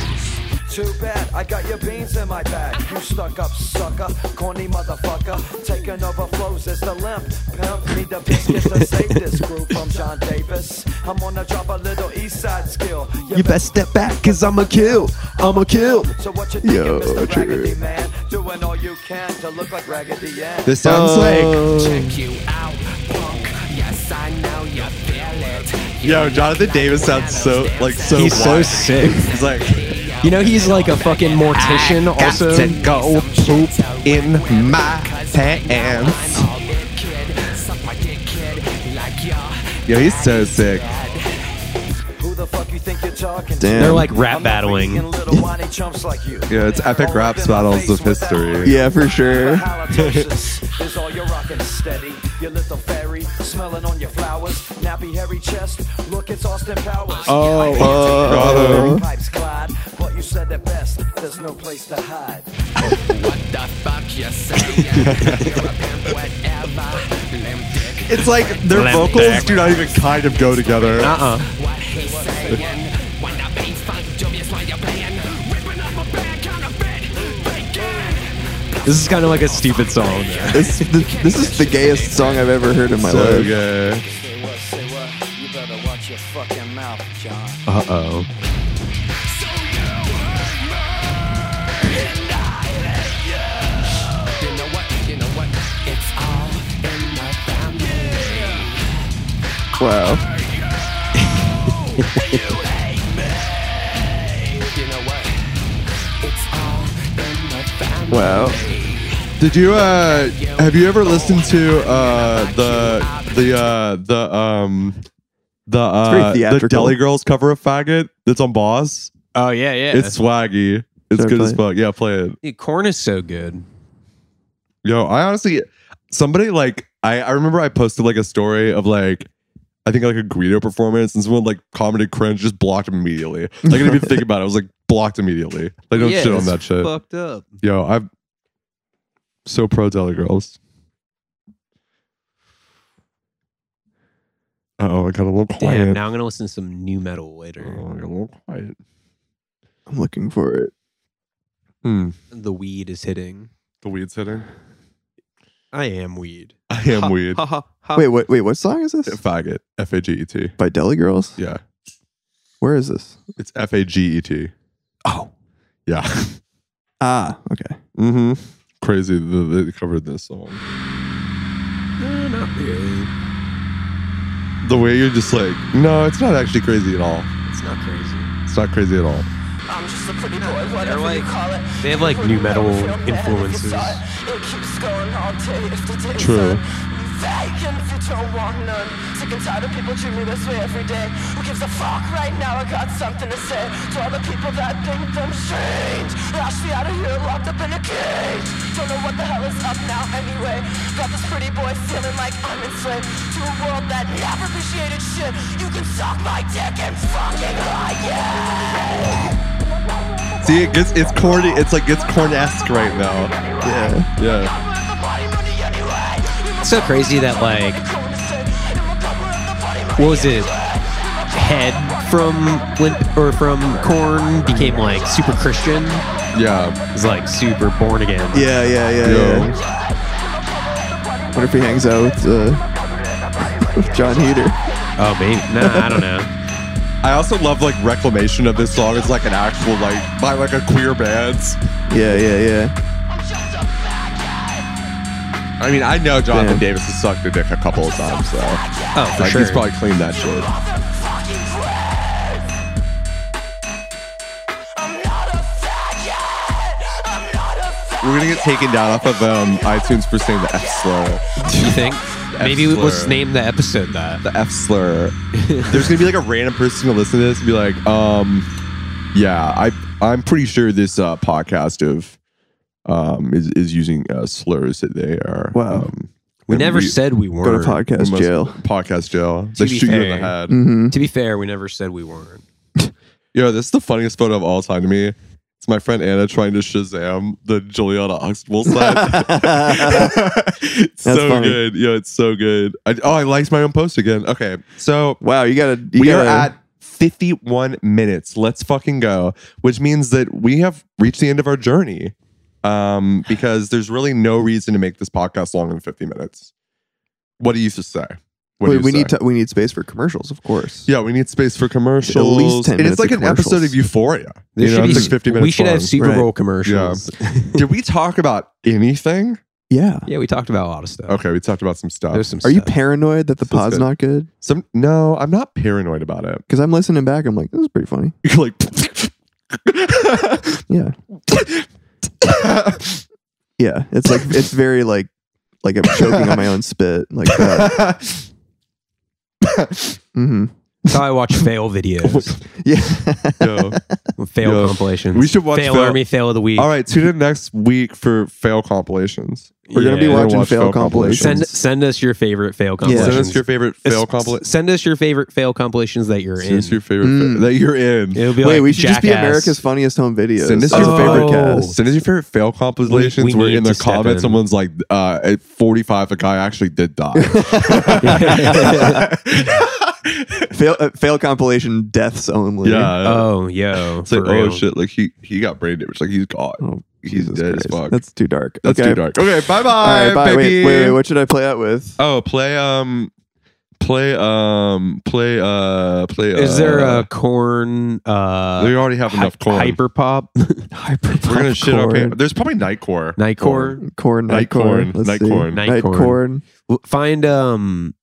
G: Too bad I got your beans in my bag.
A: Uh-huh.
G: You stuck up sucker, corny motherfucker. Taking over flows is the limp. Pimp need the biscuits to save this group from John Davis. I'm gonna drop a little east side skill. You,
C: step back, cause I'ma kill. I'ma kill.
G: So what you thinking,
C: Yo,
G: Mr.
C: true.
G: Raggedy Man? Doing all you can to look like Raggedy Ann.
A: This sounds
C: Uh,
H: Check you out, punk. Yes, I know you feel it.
A: like Yo, Jonathan Davis sounds so like so
B: He's so
A: wild.
B: sick.
A: He's like
I: You know he's like a fucking mortician
B: Ah,
I: also.
A: go poop in my pants. Yo, he's so sick.
G: Who the fuck you think you're talking to?
C: Damn.
B: They're like
G: I'm
B: rap
G: not
B: battling.
G: freaking little whiny chumps like you.
A: Yeah, it's epic rap battles of history.
C: Yeah, for sure.
G: Halitosis is all you're rocking steady. Your little fairy smelling on your flowers. Nappy hairy chest. Look, it's Austin Powers.
A: Oh,
G: I hate
A: uh,
G: to
A: got
G: cut
A: him.
G: your Pipes, Clyde, but you said it best. There's no place to hide.
H: What the fuck you saying? You're a pimp, whatever. Limp dick.
A: It's like their
B: Limp
A: vocals
B: dick.
A: do not even kind of go together.
B: Uh-uh.
H: What he saying? Wanna be fun, dubious while you're paying. Ripping up a bad counterfeit. Bacon.
B: This is kind of like a stupid song.
C: This, this, this is the gayest song I've ever heard in my
A: So
C: life.
A: gay.
G: Say what, say what. You better watch your fucking mouth, John.
B: Uh oh.
H: You know what? You know what? It's all in the family.
C: Wow.
H: You know what? It's all in the family.
C: Wow.
A: Did you uh have you ever listened to uh the the uh the um the
C: very
A: uh the
C: theatrical.
A: Deli Girls cover of Faggot that's on Boss?
B: Oh yeah, yeah.
A: It's swaggy. It's
C: Should I
A: good as
C: play
A: fuck. Yeah, play it.
B: Dude, corn is so good.
A: Yo, I honestly somebody like I, I remember I posted like a story of like I think like a Greedo performance and someone like commented cringe just blocked immediately. Like I didn't even think about it. I was like blocked immediately. Like don't
B: Yeah,
A: shit on
B: it's
A: that shit.
B: Fucked up.
A: Yo, I'm so pro Deli Girls. Oh, I got a little quiet.
B: Damn. Now I'm gonna listen to some new metal later.
A: Oh, I got a little quiet.
C: I'm looking for it.
A: Hmm.
B: The weed is hitting.
A: The weed's
B: [laughs]
A: hitting.
B: I am weed.
A: I am weed.
B: Ha ha ha.
C: Wait, what? Wait, what song is this?
A: Faggot. F A G E T.
C: By Deli Girls.
A: Yeah,
C: Where is this?
A: it's F A G E T.
B: Oh.
A: Yeah. [laughs]
C: Ah, okay.
A: Mm-hmm. Crazy that they covered this song.
B: No, Eh, not really.
A: The way you're just like, no, it's not actually crazy at all.
B: It's not crazy.
A: It's not crazy at all.
H: I'm just a pretty boy, whatever
B: like-
H: you call it.
B: They have like new metal influences.
H: It keeps going all day after day.
A: True.
H: son. You Vacant if you don't want none. Sick and tired of people treat me this way every day. Who gives a fuck right now? I got something to say to all the people that think them strange. Lash me out of here, locked up in a cage. Don't know what the hell is up now anyway. Got this pretty boy feeling like I'm enslaved to a world that never appreciated shit. You can suck my dick and fucking hide, yeah.
A: See, it gets it's corny. It's like it's cornesque right now.
C: Yeah.
A: Yeah.
B: It's so crazy that like what was it? Head from Limp or from Corn became like super Christian.
A: Yeah.
B: He's like super born again.
C: Yeah, yeah, yeah,
A: Yo.
C: yeah. Wonder if he hangs out with, uh, with John Heater.
B: Oh maybe nah, I don't know.
A: I also love like reclamation of this song. It's like an actual like by like a queer band.
C: Yeah, yeah, yeah.
A: I mean, I know Jonathan
C: Yeah.
A: Davis has sucked a dick a couple of times, so
B: [laughs] Oh for
A: like
B: sure.
A: he's probably cleaned that shit. We're gonna get taken down off of um, iTunes for saying the F slur.
B: you think? Maybe we- let's
A: slur.
B: name the episode that.
A: The F slur. There's gonna be like a random person to listen to this and be like, um, yeah, I I'm pretty sure this uh, podcast of um is is using uh, slurs that they are.
C: Wow.
A: Um,
B: We
A: and
B: never said we weren't.
C: Go to podcast
A: Must-
C: jail.
A: Podcast jail. They
B: To be
A: shoot you in the
B: fair.
A: head.
C: Mm-hmm.
B: To be fair, we never said we weren't.
A: Yo, this is the funniest photo of all time to me. It's my friend Anna trying to Shazam the Juliana
C: [laughs]
A: Oxtable side. It's
C: That's
A: so
C: funny.
A: good. Yo, it's so good. I, oh, I liked my own post again. Okay. So
C: Wow, you gotta. You
A: we are
C: gotta,
A: at 51 minutes. Let's fucking go. Which means that we have reached the end of our journey. Um, because there's really no reason to make this podcast longer than 50 minutes. What do you just say? What do
C: Wait,
A: you
C: we
A: say?
C: need to, we need space for commercials, of course.
A: Yeah, we need space for commercials.
C: 10
A: and it's
C: minutes
A: like
C: of
A: an episode
C: commercials.
A: of Euphoria.
B: There
A: You know,
B: should
A: it's
B: be-
A: like 50 minutes
B: we should
A: long.
B: have Super
C: Right.
B: Bowl commercials.
A: Did we talk about anything?
C: Yeah.
B: yeah, we talked about a lot of stuff.
A: Okay, we talked about some stuff.
B: There's some
C: Are you
B: stuff.
C: paranoid that the
A: This is
C: pod's
A: good.
C: not good?
A: some no, I'm not paranoid about it. [laughs]
B: [laughs]
C: Because I'm listening back, I'm like, this is pretty funny.
A: You're like
C: Yeah. [laughs] yeah. It's like it's very like like I'm choking on my own spit like
A: [laughs]
C: that. hmm
B: That's how I watch fail videos,
C: Yeah.
B: [laughs]
A: Yo.
B: fail
A: Yo.
B: compilations.
A: We should watch
B: fail,
A: fail-
B: army, fail of the week.
A: All right, tune in next week for fail compilations.
C: We're gonna be
B: Yeah.
A: We're gonna
C: watching
A: watch
C: fail,
A: fail
C: compilations.
A: compilations.
B: Send send us your favorite fail
C: Yeah.
B: compilations.
A: Send us your favorite fail compilation.
B: Send us your favorite fail compilations that you're
A: Send us
B: in. Mm.
A: your favorite fa- that you're in.
B: It'll be
C: Wait,
B: like
C: we should just be
B: Jackass.
C: America's funniest home videos.
A: Send us
C: That's
A: your
C: a
A: favorite
B: Oh.
A: Send us your favorite fail compilations
B: We- we
A: where
B: need
A: in the
B: to step
A: comments
B: in.
A: someone's like, uh, at 45, a guy actually did
B: [laughs]
A: die.
C: fail, uh, fail compilation deaths only.
A: yeah.
B: oh yo,
A: It's like,
B: for
A: oh
B: real.
A: shit, like he he got brain damage. Like he's gone.
C: Oh,
A: he's
C: Jesus
A: dead
C: Christ.
A: as fuck. That's,
C: That's too dark.
A: too dark. Okay, bye
C: All
A: bye.
C: right, bye.
A: Baby.
C: Wait, wait, wait. What should I play out with?
A: Oh, play um play um play uh play uh,
B: Is there a corn? Uh,
A: They already have enough corn. [laughs]
B: Hyper pop,
C: Hyper
A: We're gonna shit up here.
C: popcorn.
A: There's probably night core.
B: [laughs] night corn.
C: Corn, night
A: Night corn.
C: corn. Let's
A: Night
C: see.
A: corn.
B: Night
C: Night
B: corn.
C: corn.
B: W- Find um.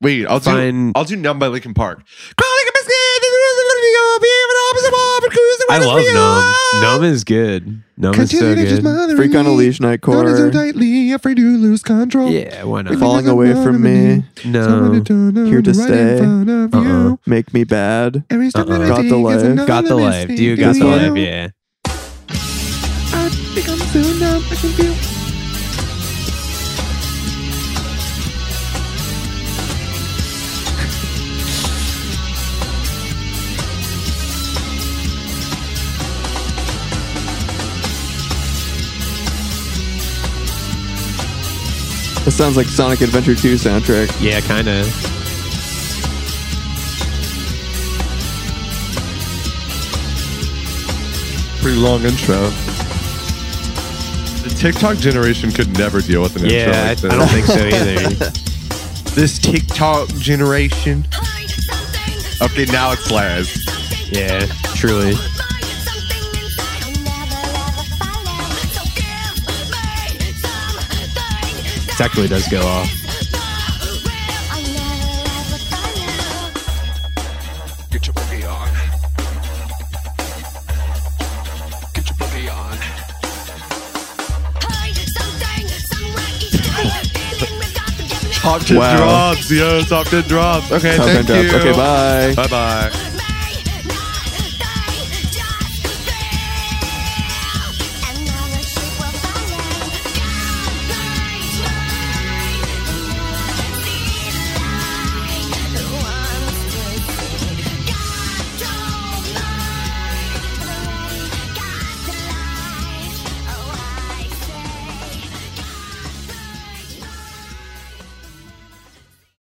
A: Wait, I'll do
B: Fine.
A: I'll do numb by Lincoln Park. Crawling a biscuit, this is the video, be an opposite wall, but cruising
B: I
A: with
B: love
A: us, we are.
B: Numb. Numb is good. Numb is so
A: Continuing to just
B: good.
A: mothering
C: Freak on a
A: me,
C: leash, night
A: noted so
C: corn.
A: tightly, afraid to lose control.
B: Yeah, why not?
C: Falling away from me.
B: No.
C: Um, Here to stay.
B: Uh-uh.
C: Make me bad.
B: Uh-uh.
C: Got the life.
B: Got the life. Do you got the life? Yeah.
A: I think I'm so numb, I can feel.
C: That sounds like Sonic Adventure 2 soundtrack.
B: Yeah, kind of.
A: Pretty long intro. The TikTok generation could never deal with an intro.
B: Yeah,
A: like
B: I,
A: this.
B: I don't think so [laughs] either.
A: this TikTok generation. [laughs] Okay, now it's Laz.
B: yeah, truly. This actually does go off.
E: Get your boogie on. Get your boogie on.
A: Top 10
C: Wow.
A: drops. Yo, top 10 drops. Okay,
C: Top
A: thank
C: end up.
A: you.
C: Okay, bye.
A: Bye bye.